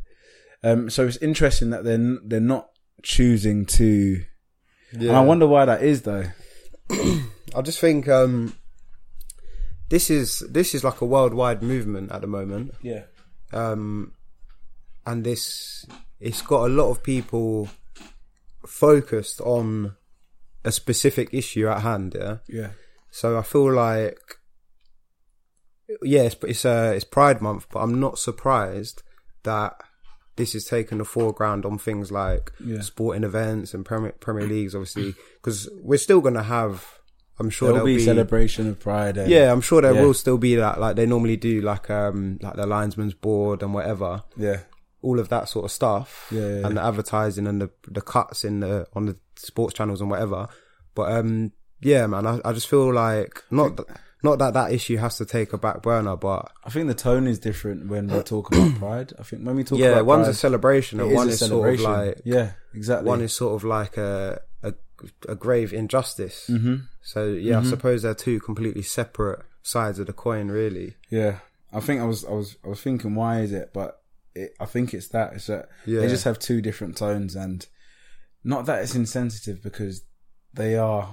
Speaker 1: Um, so it's interesting that they're n- they're not choosing to.
Speaker 2: Yeah,
Speaker 1: And I wonder why that is, though.
Speaker 2: I just think um, this is this is like a worldwide movement at the moment.
Speaker 1: Yeah.
Speaker 2: um, and this it's got a lot of people focused on a specific issue at hand. Yeah,
Speaker 1: Yeah.
Speaker 2: so I feel like yeah, it's it's, uh, it's Pride Month, but I'm not surprised that this is taking the foreground on things like
Speaker 1: Yeah.
Speaker 2: sporting events and Premier, Premier Leagues, obviously, because we're still gonna have. I'm sure
Speaker 1: There'll,
Speaker 2: there'll,
Speaker 1: be,
Speaker 2: be
Speaker 1: celebration of Pride. And,
Speaker 2: yeah, I'm sure there
Speaker 1: Yeah.
Speaker 2: will still be that. Like they normally do, like um, like the linesman's board and whatever.
Speaker 1: Yeah.
Speaker 2: all of that sort of stuff
Speaker 1: Yeah, yeah,
Speaker 2: and the advertising and the the cuts in the on the sports channels and whatever. But um, yeah, man, I, I just feel like not th- not that that issue has to take a back burner, but
Speaker 1: I think the tone is different when we talk about pride. I think when we talk
Speaker 2: yeah,
Speaker 1: about
Speaker 2: one's
Speaker 1: pride,
Speaker 2: a celebration and
Speaker 1: it
Speaker 2: one
Speaker 1: a
Speaker 2: is sort of
Speaker 1: celebration.
Speaker 2: like
Speaker 1: yeah, exactly.
Speaker 2: one is sort of like a a, a grave injustice. Mm-hmm. So yeah, I suppose they're two completely separate sides of the coin, really.
Speaker 1: Yeah, I think I was I was I was thinking why is it, but it, I think it's that it's that
Speaker 2: Yeah.
Speaker 1: they just have two different tones, and not that it's insensitive because they are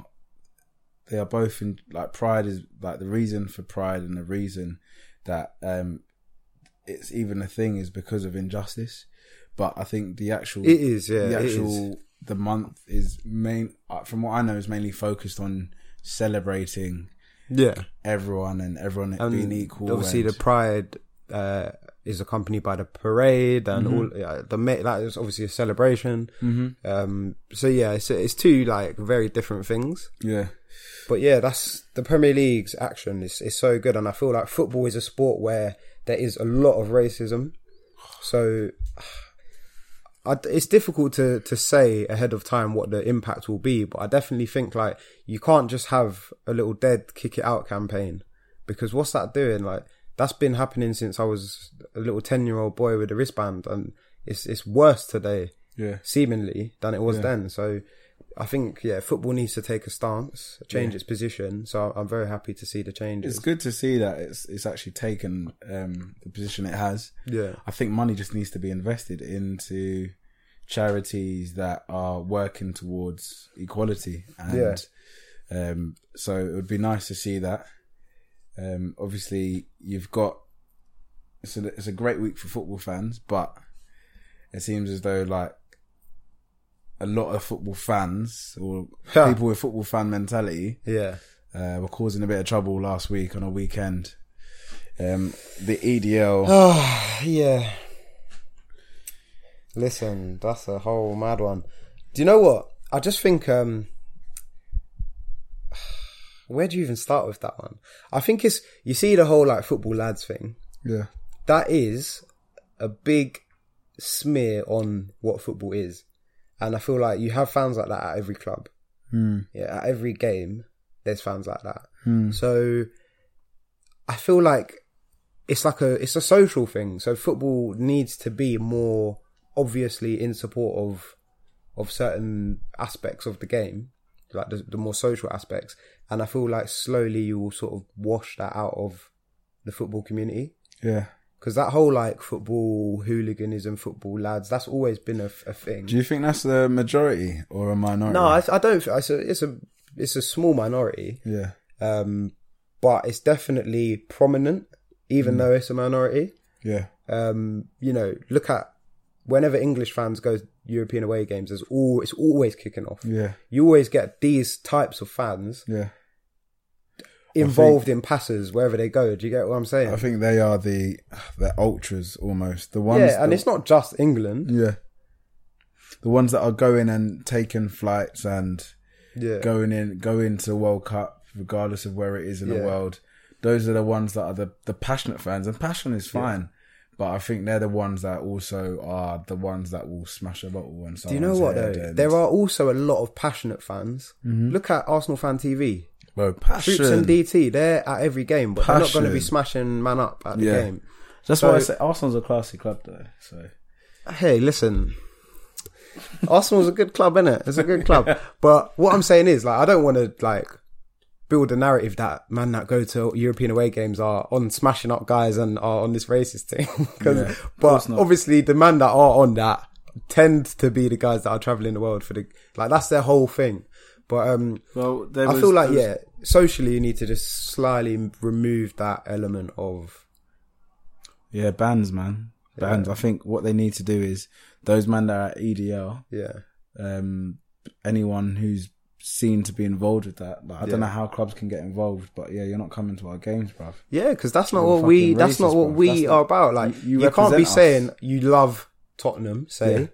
Speaker 1: they are both in like pride is like the reason for pride and the reason that um it's even a thing is because of injustice, but I think the actual
Speaker 2: It is, yeah,
Speaker 1: the
Speaker 2: it is.
Speaker 1: actual the month is main uh, from what I know is mainly focused on celebrating
Speaker 2: Yeah,
Speaker 1: everyone and everyone being equal.
Speaker 2: Obviously,
Speaker 1: and-
Speaker 2: the pride uh, is accompanied by the parade and all yeah, the ma- that is obviously a celebration. Mm-hmm. Um, so yeah, it's it's two like very different things.
Speaker 1: Yeah,
Speaker 2: But yeah, that's the Premier League's action is is so good, and I feel like football is a sport where there is a lot of racism. So I, it's difficult to to say ahead of time what the impact will be, but I definitely think like you can't just have a little dead kick it out campaign because what's that doing? Like that's been happening since I was a little ten year old boy with a wristband, and it's it's worse today
Speaker 1: yeah,
Speaker 2: seemingly than it was then. So I think yeah, football needs to take a stance, change its position. So I'm very happy to see the changes.
Speaker 1: it's good to see that it's it's actually taken um, the position it has.
Speaker 2: yeah,
Speaker 1: I think money just needs to be invested into charities that are working towards equality, and um, so it would be nice to see that. Um, obviously, you've got it's a, it's a great week for football fans, but it seems as though like a lot of football fans or
Speaker 2: Ha.
Speaker 1: people with football fan mentality
Speaker 2: yeah,
Speaker 1: uh, were causing a bit of trouble last week on a weekend. Um, the EDL,
Speaker 2: oh, yeah. Listen, that's a whole mad one. Do you know what? I just think um, where do you even start with that one? I think it's you see the whole like football lads thing.
Speaker 1: yeah,
Speaker 2: that is a big smear on what football is. And I feel like you have fans like that at every club. Yeah, at every game, there's fans like that. So I feel like it's like a it's a social thing. So football needs to be more obviously in support of of certain aspects of the game, like the, the more social aspects. And I feel like slowly you will sort of wash that out of the football community
Speaker 1: yeah.
Speaker 2: because that whole like football hooliganism, football lads, that's always been a, a thing.
Speaker 1: Do you think that's the majority or a minority?
Speaker 2: No, I, I don't. It's a, it's a it's a small minority,
Speaker 1: yeah,
Speaker 2: um, but it's definitely prominent,
Speaker 1: Mm.
Speaker 2: even though it's a minority.
Speaker 1: yeah,
Speaker 2: Um, you know, look at whenever English fans go to European away games, there's all it's always kicking off.
Speaker 1: yeah,
Speaker 2: You always get these types of fans
Speaker 1: yeah.
Speaker 2: involved in passes wherever they go. Do you get what I'm saying?
Speaker 1: I think they are the the ultras almost the ones.
Speaker 2: yeah, and
Speaker 1: that-
Speaker 2: it's not just England.
Speaker 1: yeah, the ones that are going and taking flights and
Speaker 2: Yeah,
Speaker 1: going in, going to the World Cup, regardless of where it is in the
Speaker 2: Yeah.
Speaker 1: world. Those are the ones that are the, the passionate fans, and passion is fine. But I think they're the ones that also are the ones that will smash a bottle when
Speaker 2: Do you
Speaker 1: someone's
Speaker 2: know what
Speaker 1: head
Speaker 2: though?
Speaker 1: and-
Speaker 2: There are also a lot of passionate fans. Look at Arsenal fan TV.
Speaker 1: Bro,
Speaker 2: Troops
Speaker 1: Mm-hmm. passion.
Speaker 2: and DT, they're at every game, but they're not going to be
Speaker 1: Passion.
Speaker 2: smashing man up at the
Speaker 1: Yeah.
Speaker 2: game.
Speaker 1: That's
Speaker 2: So-
Speaker 1: why I say Arsenal's a classy club, though. So
Speaker 2: Hey, listen. Arsenal's a good club, innit? It's a good club. But what I'm saying is, like, I don't want to like build a narrative that man that go to European away games are on smashing up guys and are on this racist thing. 'Cause-
Speaker 1: Yeah, of
Speaker 2: but obviously, the man that are on that tend to be the guys that are traveling the world for the like. That's their whole thing. But um,
Speaker 1: well, there
Speaker 2: I feel like yeah, socially you need to just slyly remove that element of
Speaker 1: yeah, bands, man, bands. I think what they need to do is those men that are at EDL,
Speaker 2: yeah,
Speaker 1: um, anyone who's seen to be involved with that. Like, I don't know how clubs can get involved, but yeah, you're not coming to our games, bruv.
Speaker 2: yeah, because that's not
Speaker 1: You're
Speaker 2: what we
Speaker 1: fucking
Speaker 2: that's
Speaker 1: racist,
Speaker 2: not what
Speaker 1: bruv.
Speaker 2: we
Speaker 1: That's not-
Speaker 2: are about. Like
Speaker 1: you-
Speaker 2: you,
Speaker 1: you
Speaker 2: can't be
Speaker 1: represent us.
Speaker 2: saying you love Tottenham, say
Speaker 1: Yeah.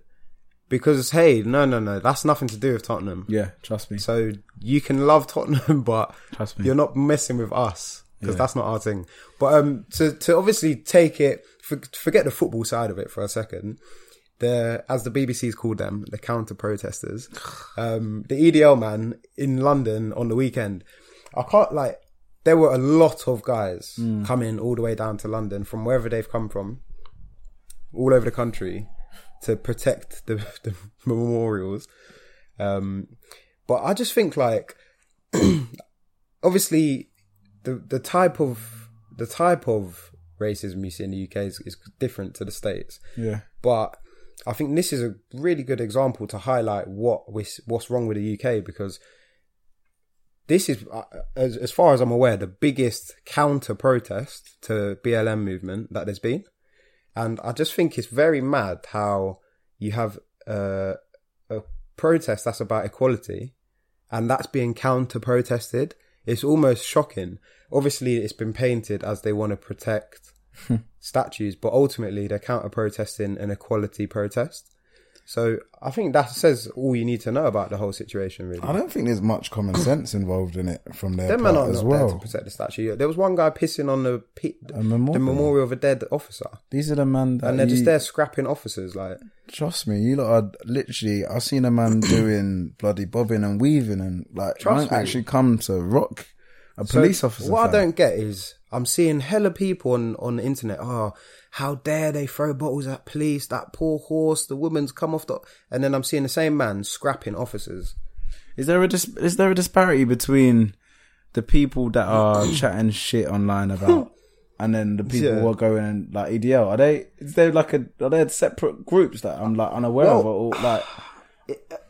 Speaker 2: because hey, no, no, no, that's nothing to do with Tottenham.
Speaker 1: Yeah, trust me.
Speaker 2: So you can love Tottenham, but
Speaker 1: Trust me.
Speaker 2: you're not messing with us. because that's not our thing. But um, to to obviously take it, for, forget the football side of it for a second. The as the BBC's called them, the counter protesters, um, the EDL man in London on the weekend. I can't like. There were a lot of guys
Speaker 1: Hmm.
Speaker 2: coming all the way down to London from wherever they've come from, all over the country, to protect the, the memorials. Um, but I just think like, obviously, the the type of the type of racism you see in the UK is, is different to the states.
Speaker 1: Yeah.
Speaker 2: But I think this is a really good example to highlight what we, what's wrong with the UK because this is, uh, as, as far as I'm aware, the biggest counter protest to BLM movement that there's been, and I just think it's very mad how you have uh, a protest that's about equality, and that's being counter protested. It's almost shocking. Obviously, it's been painted as they want to protect statues, but ultimately they're counter protesting an equality protest. So I think that says all you need to know about the whole situation, really.
Speaker 3: I don't think there's much common sense involved in it from their
Speaker 2: Them men
Speaker 3: part
Speaker 2: are
Speaker 3: as
Speaker 2: not there to
Speaker 3: well.
Speaker 2: protect the statue. There was one guy pissing on the pe-
Speaker 1: A memorial.
Speaker 2: the memorial of a dead officer,
Speaker 1: These are the man that
Speaker 2: and they're just
Speaker 1: you-
Speaker 2: there scrapping officers. Like
Speaker 3: Trust me, you lot are literally. I've seen a man doing bloody bobbing and weaving and like
Speaker 2: Trust
Speaker 3: trying
Speaker 2: me.
Speaker 3: actually come to rock a
Speaker 2: So
Speaker 3: police officer.
Speaker 2: What I
Speaker 3: fam.
Speaker 2: don't get is I'm seeing hella people on on the internet. Oh, how dare they throw bottles at police? That poor horse. The woman's come off the, and then I'm seeing the same man scrapping officers.
Speaker 1: Is there a dis- is there a disparity between the people that are chatting shit online about and then the people
Speaker 2: Yeah.
Speaker 1: who are going and, like EDL? Are they is there like a are there separate groups that I'm like unaware of
Speaker 2: Well, uh,
Speaker 1: or like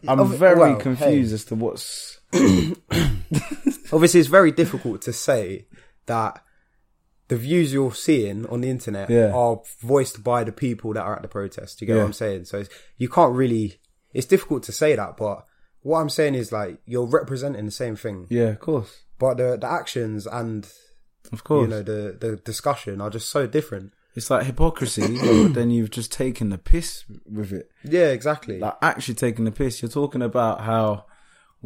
Speaker 1: I'm
Speaker 2: of-
Speaker 1: very
Speaker 2: well, hey.
Speaker 1: confused as to what's
Speaker 2: obviously it's very difficult to say that the views you're seeing on the internet
Speaker 1: Yeah.
Speaker 2: are voiced by the people that are at the protest. You get
Speaker 1: Yeah.
Speaker 2: what I'm saying? So it's, you can't really. It's difficult to say that, but what I'm saying is like you're representing the same thing,
Speaker 1: yeah, of course,
Speaker 2: but the the actions and
Speaker 1: of course.
Speaker 2: you know the the discussion are just so different.
Speaker 1: it's like hypocrisy. but then you've just taken the piss with it.
Speaker 2: Yeah, exactly.
Speaker 1: like actually taking the piss. You're talking about how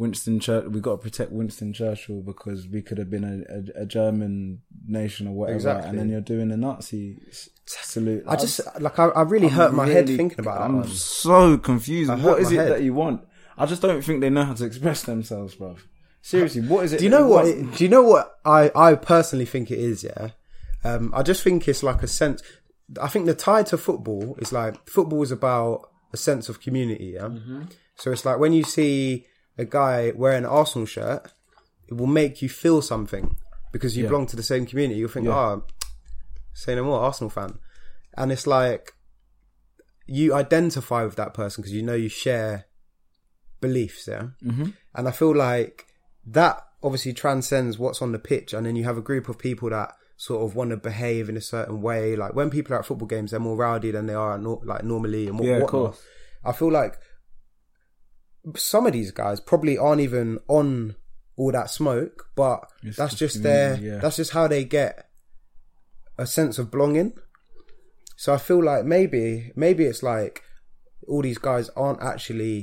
Speaker 1: Winston Churchill, we got to protect Winston Churchill because we could have been a, a, a German nation or whatever,
Speaker 2: Exactly.
Speaker 1: and then you're doing the Nazi s- salute.
Speaker 2: I just like I, I really hurt my head thinking about that.
Speaker 1: I'm
Speaker 2: one.
Speaker 1: so confused.
Speaker 2: hurt
Speaker 1: What is
Speaker 2: my
Speaker 1: it
Speaker 2: head.
Speaker 1: that you want? I just don't think they know how to express themselves, bruv. Seriously, what is it?
Speaker 2: Do you
Speaker 1: that
Speaker 2: know what?
Speaker 1: want?
Speaker 2: It, do you know what I, I personally think it is? Yeah, um, I just think it's like a sense. I think the tie to football is like football is about a sense of community. Yeah, so it's like when you see a guy wearing an Arsenal shirt, it will make you feel something because you belong to the same community. You'll think, oh, say no more, Arsenal fan, and it's like you identify with that person because you know you share beliefs. Yeah, mm-hmm. and I feel like that obviously transcends what's on the pitch and then you have a group of people that sort of want to behave in a certain way like when people are at football games they're more rowdy than they are at nor- like normally and what,
Speaker 1: Yeah, of
Speaker 2: whatnot.
Speaker 1: course.
Speaker 2: i feel like some of these guys probably aren't even on all that smoke but that's
Speaker 1: just
Speaker 2: just their
Speaker 1: community, yeah.
Speaker 2: that's just how they get a sense of belonging so i feel like maybe maybe it's like all these guys aren't actually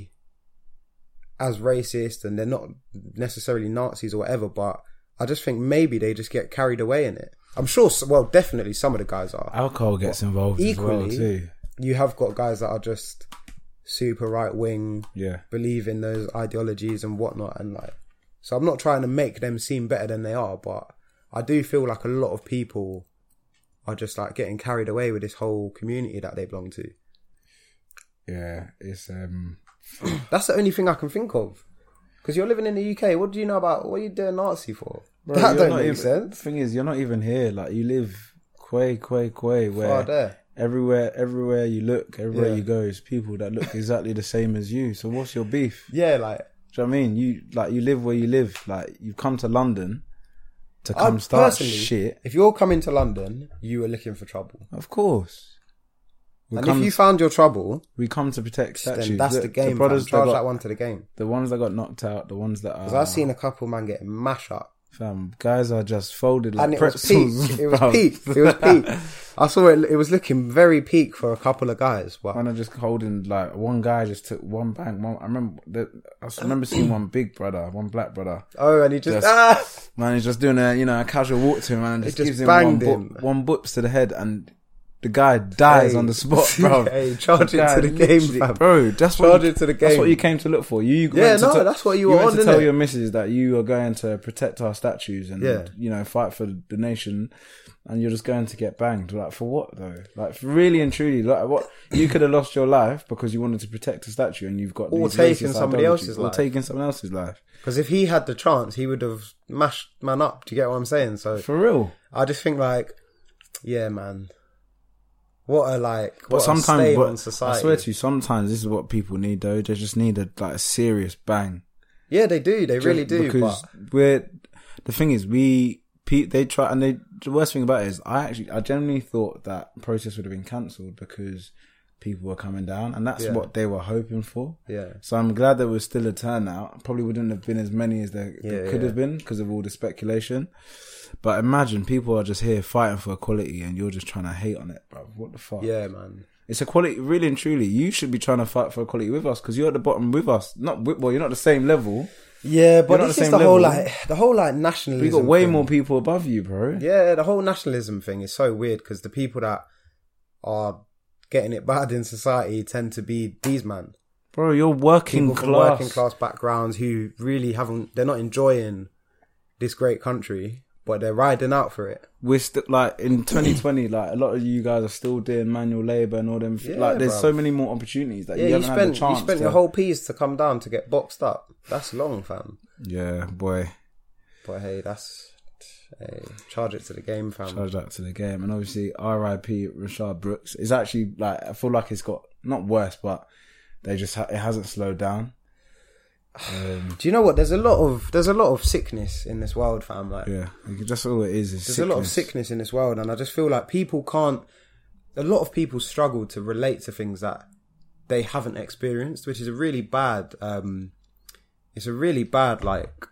Speaker 2: as racist and they're not necessarily Nazis or whatever, but I just think maybe they just get carried away in it. I'm sure, s- well, definitely some of the guys are.
Speaker 1: alcohol gets involved as well
Speaker 2: equally-
Speaker 1: too.
Speaker 2: You have got guys that are just super right wing,
Speaker 1: Yeah,
Speaker 2: believe in those ideologies and whatnot, and like. So I'm not trying to make them seem better than they are, but I do feel like a lot of people are just like getting carried away with this whole community that they belong to.
Speaker 3: Yeah, it's um.
Speaker 2: That's the only thing I can think of. Because you're living in the UK, what do you know about what are you doing Nazi for?
Speaker 1: Bro,
Speaker 2: that
Speaker 1: you're
Speaker 2: don't
Speaker 1: not
Speaker 2: make
Speaker 1: even,
Speaker 2: sense.
Speaker 1: Thing is, you're not even here. Like you live quay, quay, quay. Where
Speaker 2: Far there.
Speaker 1: everywhere everywhere you look, everywhere
Speaker 2: Yeah.
Speaker 1: you go, is people that look exactly the same as you. So what's your beef?
Speaker 2: Yeah, like
Speaker 1: Do you know what I mean? You like you live where you live. Like you've come to London to
Speaker 2: I
Speaker 1: come start
Speaker 2: personally,
Speaker 1: shit.
Speaker 2: If you're coming to London, you are looking for trouble.
Speaker 1: Of course. We
Speaker 2: and
Speaker 1: come,
Speaker 2: if you found your trouble,
Speaker 1: we come to protect statues.
Speaker 2: then that's
Speaker 1: Look,
Speaker 2: the game.
Speaker 1: brothers
Speaker 2: fam.
Speaker 1: that
Speaker 2: Charge
Speaker 1: got-
Speaker 2: that one to the game.
Speaker 1: the ones that got knocked out, the ones that are
Speaker 2: Because I've seen a couple man get mash up.
Speaker 1: Fam, guys are just folded like
Speaker 2: and it was
Speaker 1: pretzels.
Speaker 2: peak. It was
Speaker 1: fam.
Speaker 2: peak. It was peak. I saw it. It was looking very peak for a couple of guys. But
Speaker 1: Man, I just holding like one guy just took one bank. One, I remember, the, I s- remember seeing one big brother, one black brother.
Speaker 2: oh, and he just
Speaker 1: Just-
Speaker 2: ah,
Speaker 1: Man, he's just doing a you know a casual walk to him, man, and just,
Speaker 2: just
Speaker 1: gives him one,
Speaker 2: banged
Speaker 1: bo-
Speaker 2: him.
Speaker 1: one boops to the head, and the guy dies
Speaker 2: Hey.
Speaker 1: on the spot, bro.
Speaker 2: Hey, charge
Speaker 1: The
Speaker 2: it
Speaker 1: guy
Speaker 2: to the game,
Speaker 1: literally-
Speaker 2: fam.
Speaker 1: bro. That's what
Speaker 2: Charge
Speaker 1: you,
Speaker 2: it to the
Speaker 1: That's
Speaker 2: game.
Speaker 1: what you came to look for. You
Speaker 2: Yeah,
Speaker 1: went to
Speaker 2: no,
Speaker 1: tell-
Speaker 2: that's what you were
Speaker 1: went
Speaker 2: on,
Speaker 1: to tell
Speaker 2: innit?
Speaker 1: your missus that you are going to protect our statues and
Speaker 2: Yeah.
Speaker 1: you know fight for the nation, and you're just going to get banged. Like for what though? Like really and truly, like what you could have lost your life because you wanted to protect a statue, and you've got
Speaker 2: Or
Speaker 1: these
Speaker 2: taking
Speaker 1: racist
Speaker 2: somebody
Speaker 1: ideologies,
Speaker 2: else's
Speaker 1: or
Speaker 2: life.
Speaker 1: taking someone else's life
Speaker 2: because if he had the chance, he would have mashed man up. Do you get what I'm saying? So
Speaker 1: for real.
Speaker 2: I just think like, yeah, man. What a like. What
Speaker 1: But
Speaker 2: a
Speaker 1: sometimes,
Speaker 2: stain
Speaker 1: but
Speaker 2: on society.
Speaker 1: I swear to you, sometimes this is what people need. Though they just need a like a serious bang.
Speaker 2: Yeah, they do. They really do.
Speaker 1: Because
Speaker 2: But
Speaker 1: we're the thing is we pe- they try and they the worst thing about it is I actually I genuinely thought that protest would have been cancelled because people were coming down and that's
Speaker 2: Yeah.
Speaker 1: what they were hoping for.
Speaker 2: yeah,
Speaker 1: So I'm glad there was still a turnout. Probably wouldn't have been as many as there, there
Speaker 2: Yeah,
Speaker 1: could
Speaker 2: yeah.
Speaker 1: have been because of all the speculation. But imagine people are just here fighting for equality and you're just trying to hate on it, bro. What the fuck?
Speaker 2: yeah, man.
Speaker 1: It's equality, really and truly. You should be trying to fight for equality with us because you're at the bottom with us. Not with, well, you're not the same level.
Speaker 2: Yeah,
Speaker 1: You're
Speaker 2: but
Speaker 1: not
Speaker 2: this
Speaker 1: the
Speaker 2: is
Speaker 1: same
Speaker 2: the whole
Speaker 1: level.
Speaker 2: like the whole like nationalism.
Speaker 1: We got way
Speaker 2: thing.
Speaker 1: more people above you, bro.
Speaker 2: Yeah, the whole nationalism thing is so weird because the people that are getting it bad in society tend to be these men,
Speaker 1: Bro, you're working
Speaker 2: people
Speaker 1: class.
Speaker 2: from working class backgrounds who really haven't. They're not enjoying this great country, but they're riding out for it.
Speaker 1: We're still like in 2020. like a lot of you guys are still doing manual labor and all them. f-
Speaker 2: Yeah,
Speaker 1: like there's
Speaker 2: bruv.
Speaker 1: so many more opportunities that
Speaker 2: Yeah,
Speaker 1: you
Speaker 2: you,
Speaker 1: haven't had
Speaker 2: spent
Speaker 1: the chance.
Speaker 2: you spent
Speaker 1: to-
Speaker 2: your whole piece to come down to get boxed up. That's long, fam.
Speaker 1: Yeah, boy.
Speaker 2: But hey, that's hey, charge it to the game, fam.
Speaker 1: Charge that to the game, and obviously R.I.P. Rashad Brooks is actually like I feel like it's got not worse, but they just ha- it hasn't slowed down. Um,
Speaker 2: Do you know what? There's a lot of there's a lot of sickness in this world, fam. Like
Speaker 1: yeah, that's all it is. is
Speaker 2: there's a lot of sickness in this world, and I just feel like people can't. A lot of people struggle to relate to things that they haven't experienced, which is a really bad. um It's a really bad like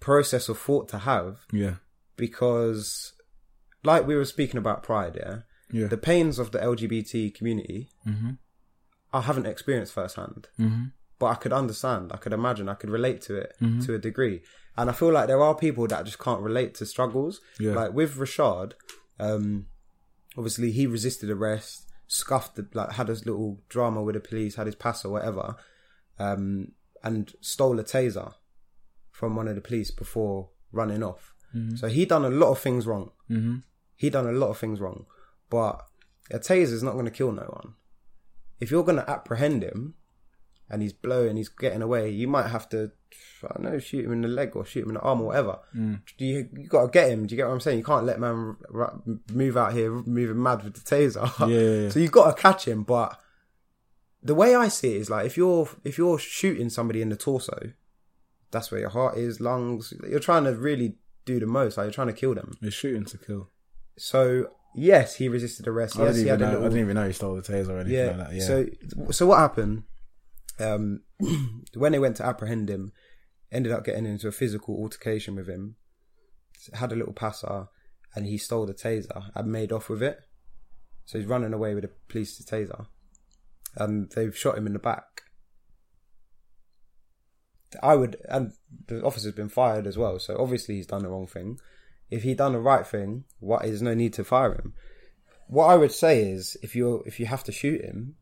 Speaker 2: process of thought to have
Speaker 1: Yeah,
Speaker 2: because, like we were speaking about pride, yeah,
Speaker 1: yeah.
Speaker 2: the pains of the LGBT community,
Speaker 1: mm-hmm.
Speaker 2: I haven't experienced firsthand
Speaker 1: Mm-hmm.
Speaker 2: but I could understand, I could imagine, I could relate to it to a degree. And I feel like there are people that just can't relate to struggles.
Speaker 1: Yeah.
Speaker 2: Like with Rashad, um, obviously he resisted arrest, scuffed, the, like had his little drama with the police, had his pass or whatever, um, and stole a taser from one of the police before running off. So he done a lot of things wrong.
Speaker 1: Mm-hmm.
Speaker 2: He done a lot of things wrong, but a taser is not going to kill no one. If you're going to apprehend him, and he's blowing, he's getting away, you might have to, I don't know, shoot him in the leg or shoot him in the arm or whatever.
Speaker 1: Mm.
Speaker 2: You you got to get him. Do you get what I'm saying? You can't let man r- r- move out here moving mad with the taser.
Speaker 1: Yeah, yeah, yeah.
Speaker 2: so you got to catch him. But the way I see it is like if you're if you're shooting somebody in the torso, that's where your heart is, lungs. You're trying to really do the most. Like you're trying to kill them.
Speaker 1: They're shooting to kill.
Speaker 2: So yes, he resisted arrest.
Speaker 1: I,
Speaker 2: Yes,
Speaker 1: didn't
Speaker 2: he
Speaker 1: even
Speaker 2: had a
Speaker 1: know, I
Speaker 2: little.
Speaker 1: didn't even know he stole the taser or anything
Speaker 2: Yeah.
Speaker 1: like that. Yeah.
Speaker 2: So so what happened? Um, when they went to apprehend him, ended up getting into a physical altercation with him. Had a little passer, and he stole the taser and made off with it. So he's running away with a police taser, and they've shot him in the back. I would, and the officer's been fired as well. So obviously he's done the wrong thing. If he done the right thing, what is no need to fire him? What I would say is, if you if you have to shoot him,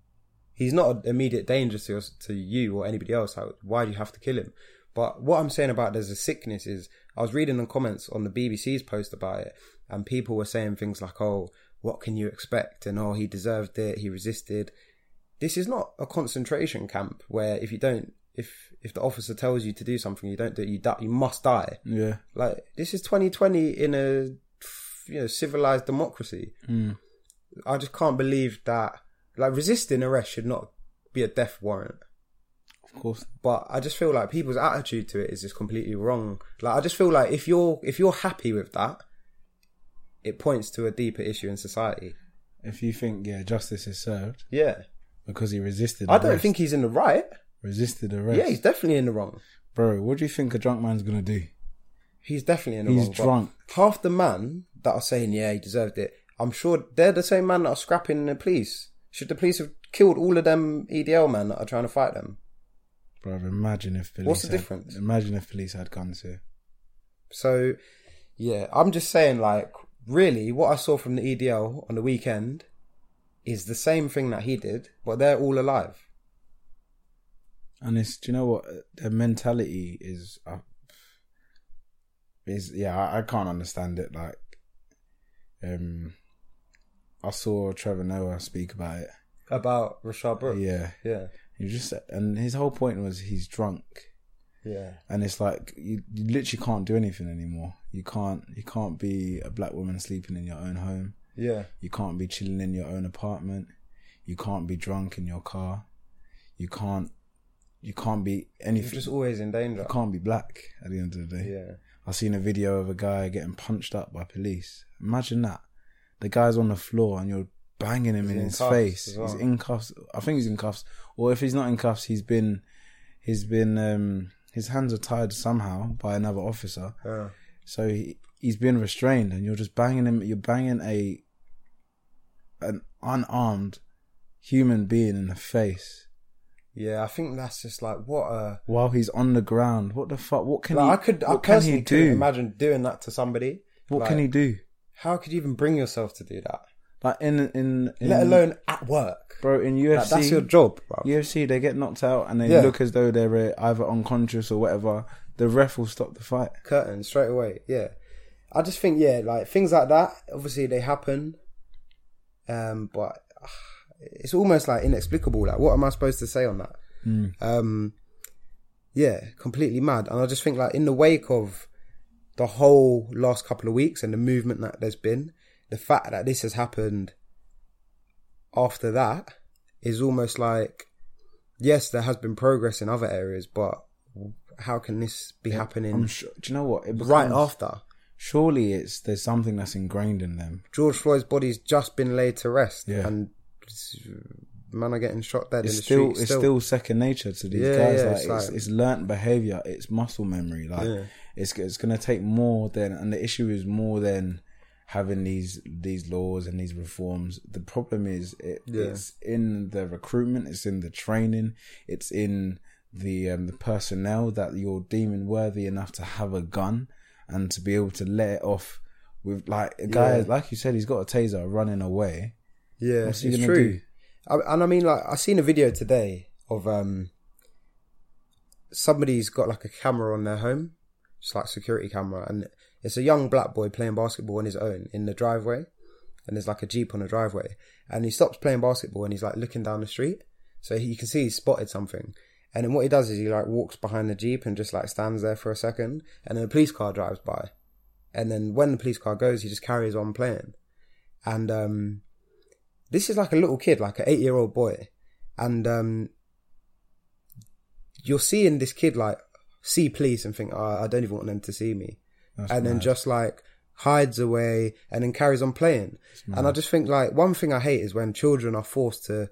Speaker 2: he's not an immediate danger to us, to you or anybody else. How, why do you have to kill him? But what I'm saying about there's a sickness is I was reading the comments on the BBC's post about it, and people were saying things like, "Oh, what can you expect?" and "Oh, he deserved it. He resisted." This is not a concentration camp where if you don't, if if the officer tells you to do something, you don't do it, you die, you must die.
Speaker 1: yeah.
Speaker 2: Like this is 2020 in a you know civilized democracy.
Speaker 1: Mm.
Speaker 2: I just can't believe that like resisting arrest should not be a death warrant.
Speaker 1: Of course.
Speaker 2: But I just feel like people's attitude to it is just completely wrong. Like I just feel like if you're if you're happy with that, it points to a deeper issue in society.
Speaker 1: If you think yeah, justice is served
Speaker 2: Yeah,
Speaker 1: because he resisted,
Speaker 2: I don't
Speaker 1: arrest-
Speaker 2: think he's in the right.
Speaker 1: resisted arrest.
Speaker 2: Yeah, he's definitely in the wrong.
Speaker 1: bro, what do you think a drunk man's gonna do?
Speaker 2: He's definitely in the
Speaker 4: He's
Speaker 2: wrong. but
Speaker 4: drunk.
Speaker 2: Half the man that are saying, yeah, he deserved it, I'm sure they're the same man that are scrapping the police. Should the police have killed all of them E EDL men that are trying to fight them?
Speaker 1: Bro, imagine if police.
Speaker 2: What's the
Speaker 1: had-
Speaker 2: difference?
Speaker 1: Imagine if police had guns here.
Speaker 2: So, yeah, I'm just saying, like, really, what I saw from the EDL on the weekend is the same thing that he did, but they're all alive.
Speaker 1: And it's do you know what their mentality is? Uh, is yeah, I, I can't understand it. Like, um, I saw Trevor Noah speak about it.
Speaker 2: About Rashad Brooks.
Speaker 1: Yeah,
Speaker 2: Yeah.
Speaker 1: he just and his whole point was he's drunk,
Speaker 2: Yeah.
Speaker 1: and it's like you, you literally can't do anything anymore. You can't you can't be a black woman sleeping in your own home.
Speaker 2: Yeah.
Speaker 1: You can't be chilling in your own apartment. You can't be drunk in your car. You can't you can't be
Speaker 2: You're
Speaker 1: anything.
Speaker 2: just always in danger.
Speaker 1: You can't be black at the end of the day.
Speaker 2: Yeah.
Speaker 1: I seen a video of a guy getting punched up by police. Imagine that. The guy's on the floor and you're banging him
Speaker 2: He's
Speaker 1: in,
Speaker 2: in
Speaker 1: his
Speaker 2: cuffs
Speaker 1: face.
Speaker 2: as well.
Speaker 1: He's in cuffs. I think he's in cuffs. Or if he's not in cuffs, he's been he's been um his hands are tied somehow by another officer.
Speaker 2: Yeah.
Speaker 1: So he he's been restrained and you're just banging him you're banging a an unarmed human being in the face
Speaker 2: Yeah, I think that's just like what a.
Speaker 1: while he's on the ground. What the fuck? What can
Speaker 2: Like,
Speaker 1: he
Speaker 2: I could, I
Speaker 1: what can
Speaker 2: personally
Speaker 1: he
Speaker 2: couldn't
Speaker 1: do?
Speaker 2: imagine doing that to somebody.
Speaker 1: What
Speaker 2: Like,
Speaker 1: can he do?
Speaker 2: How could you even bring yourself to do that?
Speaker 1: Like in in, in
Speaker 2: Let alone at work.
Speaker 1: bro in UFC.
Speaker 2: Like, that's your job, bro.
Speaker 1: UFC they get knocked out and they
Speaker 2: Yeah.
Speaker 1: look as though they're uh, either unconscious or whatever. The ref will stop the fight.
Speaker 2: curtain straight away. Yeah, I just think yeah, like things like that. Obviously, they happen, um, but ah, it's almost like inexplicable. Like, what am I supposed to say on that? Um, yeah, completely mad. And I just think like in the wake of the whole last couple of weeks and the movement that there's been, the fact that this has happened after that is almost like yes, there has been progress in other areas, but how can this be happening?
Speaker 1: I'm sure. Do you know what? It becomes,
Speaker 2: Mm. right after.
Speaker 1: Surely it's there's something that's ingrained in them.
Speaker 2: George Floyd's body's just been laid to rest,
Speaker 1: Yeah.
Speaker 2: and man are getting shot dead
Speaker 1: It's
Speaker 2: in the
Speaker 1: still
Speaker 2: street.
Speaker 1: it's still, second nature to these
Speaker 2: Yeah,
Speaker 1: guys.
Speaker 2: yeah,
Speaker 1: like,
Speaker 2: it's
Speaker 1: it's, it's,
Speaker 2: like-
Speaker 1: learnt behavior. It's muscle memory. Like
Speaker 2: Yeah.
Speaker 1: it's it's gonna take more than and the issue is more than having these these laws and these reforms. The problem is it,
Speaker 2: Yeah.
Speaker 1: it's in the recruitment. It's in the training. It's in the um, the personnel that you're deeming worthy enough to have a gun and to be able to let it off with like a guy
Speaker 2: Yeah.
Speaker 1: like you said he's got a taser running away.
Speaker 2: yeah,
Speaker 1: What's
Speaker 2: it's
Speaker 1: he gonna
Speaker 2: true.
Speaker 1: do?
Speaker 2: I, and I mean, like, I seen a video today of um somebody's got like a camera on their home, just like security camera, and it's a young black boy playing basketball on his own in the driveway, and there's like a jeep on the driveway, and he stops playing basketball and he's like looking down the street, so he, you can see he's spotted something. And then what he does is he like walks behind the jeep and just like stands there for a second, and then a police car drives by, and then when the police car goes, he just carries on playing, and um, this is like a little kid, like an eight year old boy, and um, you're seeing this kid like see police and think, oh, I don't even want them to see me,
Speaker 1: That's
Speaker 2: and then
Speaker 1: mad.
Speaker 2: just like hides away and then carries on playing. And I just think like one thing I hate is when children are forced to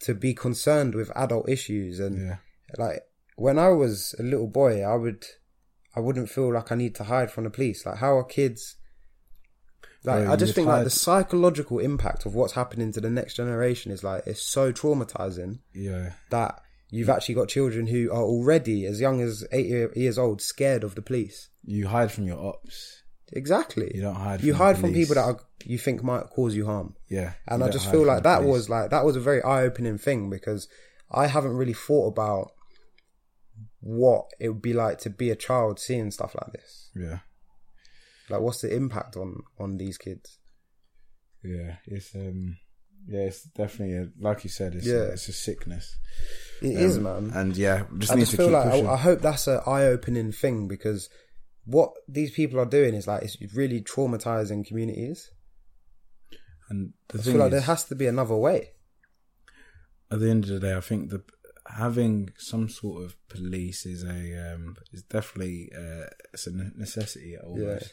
Speaker 2: to be concerned with adult issues and
Speaker 1: yeah.
Speaker 2: like when I was a little boy, I would, I wouldn't feel like I need to hide from the police. Like how are kids? Like
Speaker 1: Bro,
Speaker 2: I
Speaker 1: you
Speaker 2: just
Speaker 1: would
Speaker 2: think like
Speaker 1: hide-
Speaker 2: the psychological impact of what's happening to the next generation is like it's so traumatizing
Speaker 1: Yeah.
Speaker 2: that you've actually got children who are already as young as eight year, years old scared of the police.
Speaker 1: You hide from your ops.
Speaker 2: Exactly.
Speaker 1: You don't hide
Speaker 2: You
Speaker 1: from the
Speaker 2: hide from
Speaker 1: police.
Speaker 2: people that are, you think might cause you harm.
Speaker 1: Yeah.
Speaker 2: and
Speaker 1: you
Speaker 2: I
Speaker 1: don't
Speaker 2: just
Speaker 1: hide
Speaker 2: feel
Speaker 1: from
Speaker 2: like
Speaker 1: the
Speaker 2: that
Speaker 1: police.
Speaker 2: was like that was a very eye opening thing because I haven't really thought about what it would be like to be a child seeing stuff like this.
Speaker 1: Yeah.
Speaker 2: Like, what's the impact on on these kids?
Speaker 1: Yeah. It's um yeah, it's definitely a, like you said, it's
Speaker 2: Yeah.
Speaker 1: a, it's a sickness.
Speaker 2: It is,
Speaker 1: Um,
Speaker 2: man.
Speaker 1: And yeah, we just
Speaker 2: I
Speaker 1: need
Speaker 2: just
Speaker 1: to
Speaker 2: feel
Speaker 1: keep
Speaker 2: like
Speaker 1: pushing.
Speaker 2: I, I hope that's an eye opening thing because what these people are doing is like it's really traumatizing communities.
Speaker 1: and the
Speaker 2: I
Speaker 1: thing
Speaker 2: feel like
Speaker 1: is,
Speaker 2: there has to be another way.
Speaker 1: at the end of the day, I think the having some sort of police is a um is definitely uh it's a ne- necessity almost.
Speaker 2: Yeah.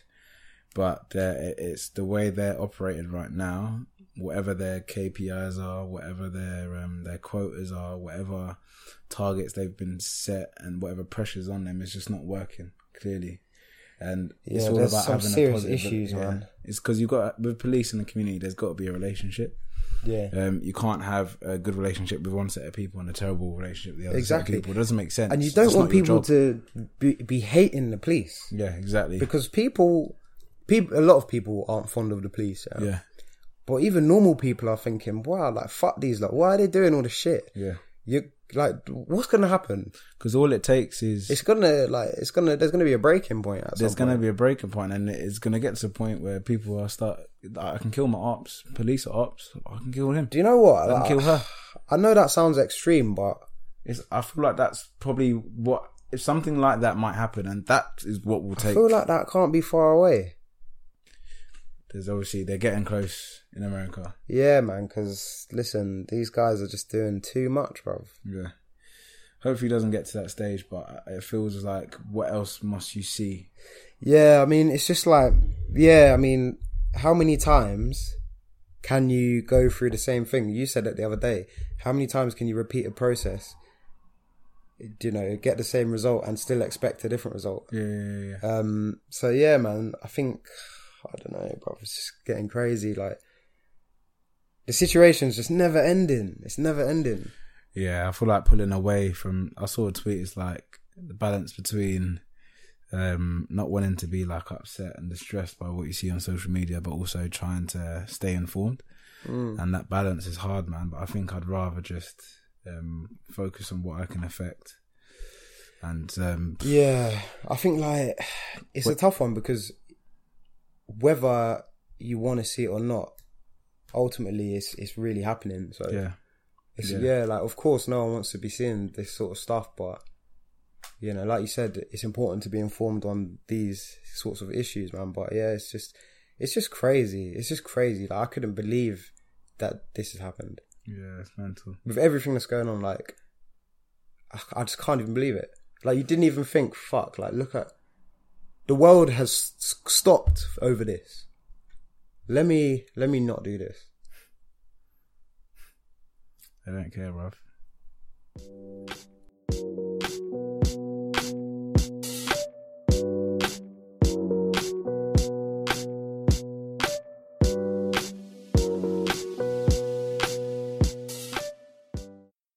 Speaker 1: But they're- it's the way they're operating right now. Whatever their KPIs are, whatever their um, their quotas are, whatever targets they've been set, and whatever pressures on them, it's just not working. Clearly, and
Speaker 5: Yeah,
Speaker 1: it's all
Speaker 2: there's
Speaker 1: about
Speaker 2: some
Speaker 1: having
Speaker 2: serious
Speaker 1: a positive,
Speaker 2: issues,
Speaker 1: yeah.
Speaker 2: man.
Speaker 1: It's because you've got with police and the community. There's got to be a relationship.
Speaker 2: Yeah.
Speaker 1: Um, you can't have a good relationship with one set of people and a terrible relationship with the other
Speaker 2: Exactly.
Speaker 1: set of people. It doesn't make sense.
Speaker 2: And you don't
Speaker 1: It's
Speaker 2: want
Speaker 1: not your
Speaker 2: people
Speaker 1: job.
Speaker 2: to be, be hating the police
Speaker 1: Yeah, exactly.
Speaker 2: because people, people, a lot of people aren't fond of the police. Yeah.
Speaker 1: yeah,
Speaker 2: But even normal people are thinking, wow, like fuck these, like why are they doing all this shit?
Speaker 1: yeah.
Speaker 2: You like, what's gonna happen?
Speaker 1: Because all it takes is
Speaker 2: It's gonna like, it's gonna, there's gonna be a breaking point. At
Speaker 1: there's going
Speaker 2: some
Speaker 1: to
Speaker 2: point.
Speaker 1: be a breaking point, and it's going to get to a point where people are start. I can kill my ops. Police are ops. I can kill him.
Speaker 2: Do you know what?
Speaker 1: I can
Speaker 2: Like,
Speaker 1: kill her.
Speaker 2: I know that sounds extreme, but
Speaker 1: It's, I feel like that's probably what if something like that might happen, and that is what will
Speaker 2: I
Speaker 1: take.
Speaker 2: feel like that can't be far away.
Speaker 1: There's obviously they're getting close in America.
Speaker 2: Yeah, man. Because listen, these guys are just doing too much, bruv.
Speaker 1: Yeah. Hopefully, it doesn't get to that stage, but it feels like what else must you see?
Speaker 2: Yeah, I mean, it's just like, yeah, I mean, how many times can you go through the same thing? You said it the other day. How many times can you repeat a process, you know, get the same result and still expect a different result?
Speaker 1: Yeah, yeah, yeah.
Speaker 2: Um, so yeah, man, I think, I don't know, bro, it's just getting crazy. Like, the situation's just never ending. It's never ending.
Speaker 1: Yeah, I feel like pulling away from. I saw a tweet. It's like the balance between um, not wanting to be like upset and distressed by what you see on social media, but also trying to stay informed. And that balance is hard, man. But I think I'd rather just um, focus on what I can affect. And um,
Speaker 2: Yeah, I think like it's a tough one because whether you want to see it or not, ultimately it's it's really happening. So
Speaker 1: yeah,
Speaker 2: it's,
Speaker 1: yeah.
Speaker 2: yeah. like of course no one wants to be seeing this sort of stuff, but you know, like you said, it's important to be informed on these sorts of issues, man. But yeah, it's just it's just crazy. It's just crazy. Like I couldn't believe that this has happened
Speaker 1: yeah, it's mental.
Speaker 2: with everything that's going on, like, I- I just can't even believe it. Like, you didn't even think, fuck, like, look at, the world has s- stopped over this. Let me, let me not do this.
Speaker 1: I don't care, bruv.